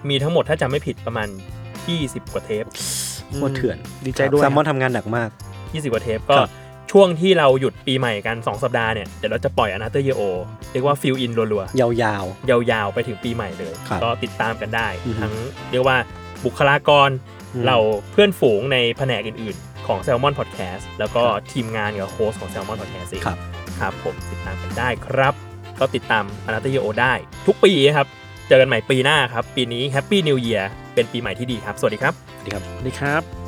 [SPEAKER 1] มีทั้งหมดถ้าจำไม่ผิดประมาณ 20 กว่าเทป
[SPEAKER 2] โคตรเถื่อน
[SPEAKER 3] ดีใจด้วย
[SPEAKER 2] แซมมอนทำงานหนักมาก
[SPEAKER 1] 20 กว่าเทป ก็
[SPEAKER 2] ครับ
[SPEAKER 1] ช่วงที่เราหยุดปีใหม่กัน 2 สัปดาห์เนี่ย เดี๋ยวเราจะปล่อยอนาเตอร์เยโอเรียกว่าฟิลอินรัวย
[SPEAKER 2] าวๆ
[SPEAKER 1] ๆ ยาวๆ ไปถึงปีใหม่เลย
[SPEAKER 2] ครับ
[SPEAKER 1] ก็ติดตามกันได้
[SPEAKER 2] อือฮึ
[SPEAKER 1] ทั้งเรียกว่าบุคลากร
[SPEAKER 2] อืม
[SPEAKER 1] เราเพื่อนฝูงในแผนกอื่นๆ ของ Salmon Podcast แล้วก็ทีมงานกับโฮสต์ของ Salmon Podcast เอง
[SPEAKER 2] ครับ
[SPEAKER 1] ครับผมติดตามกันได้ครับ ก็ติดตามอนาตโยได้ทุกปีนะครับ เจอกันใหม่ปีหน้าครับ ปีนี้แฮปปี้นิว e a r เป็นปีใหม่ที่ดีครับ สวัสดีครับ
[SPEAKER 3] สวัสดีครับ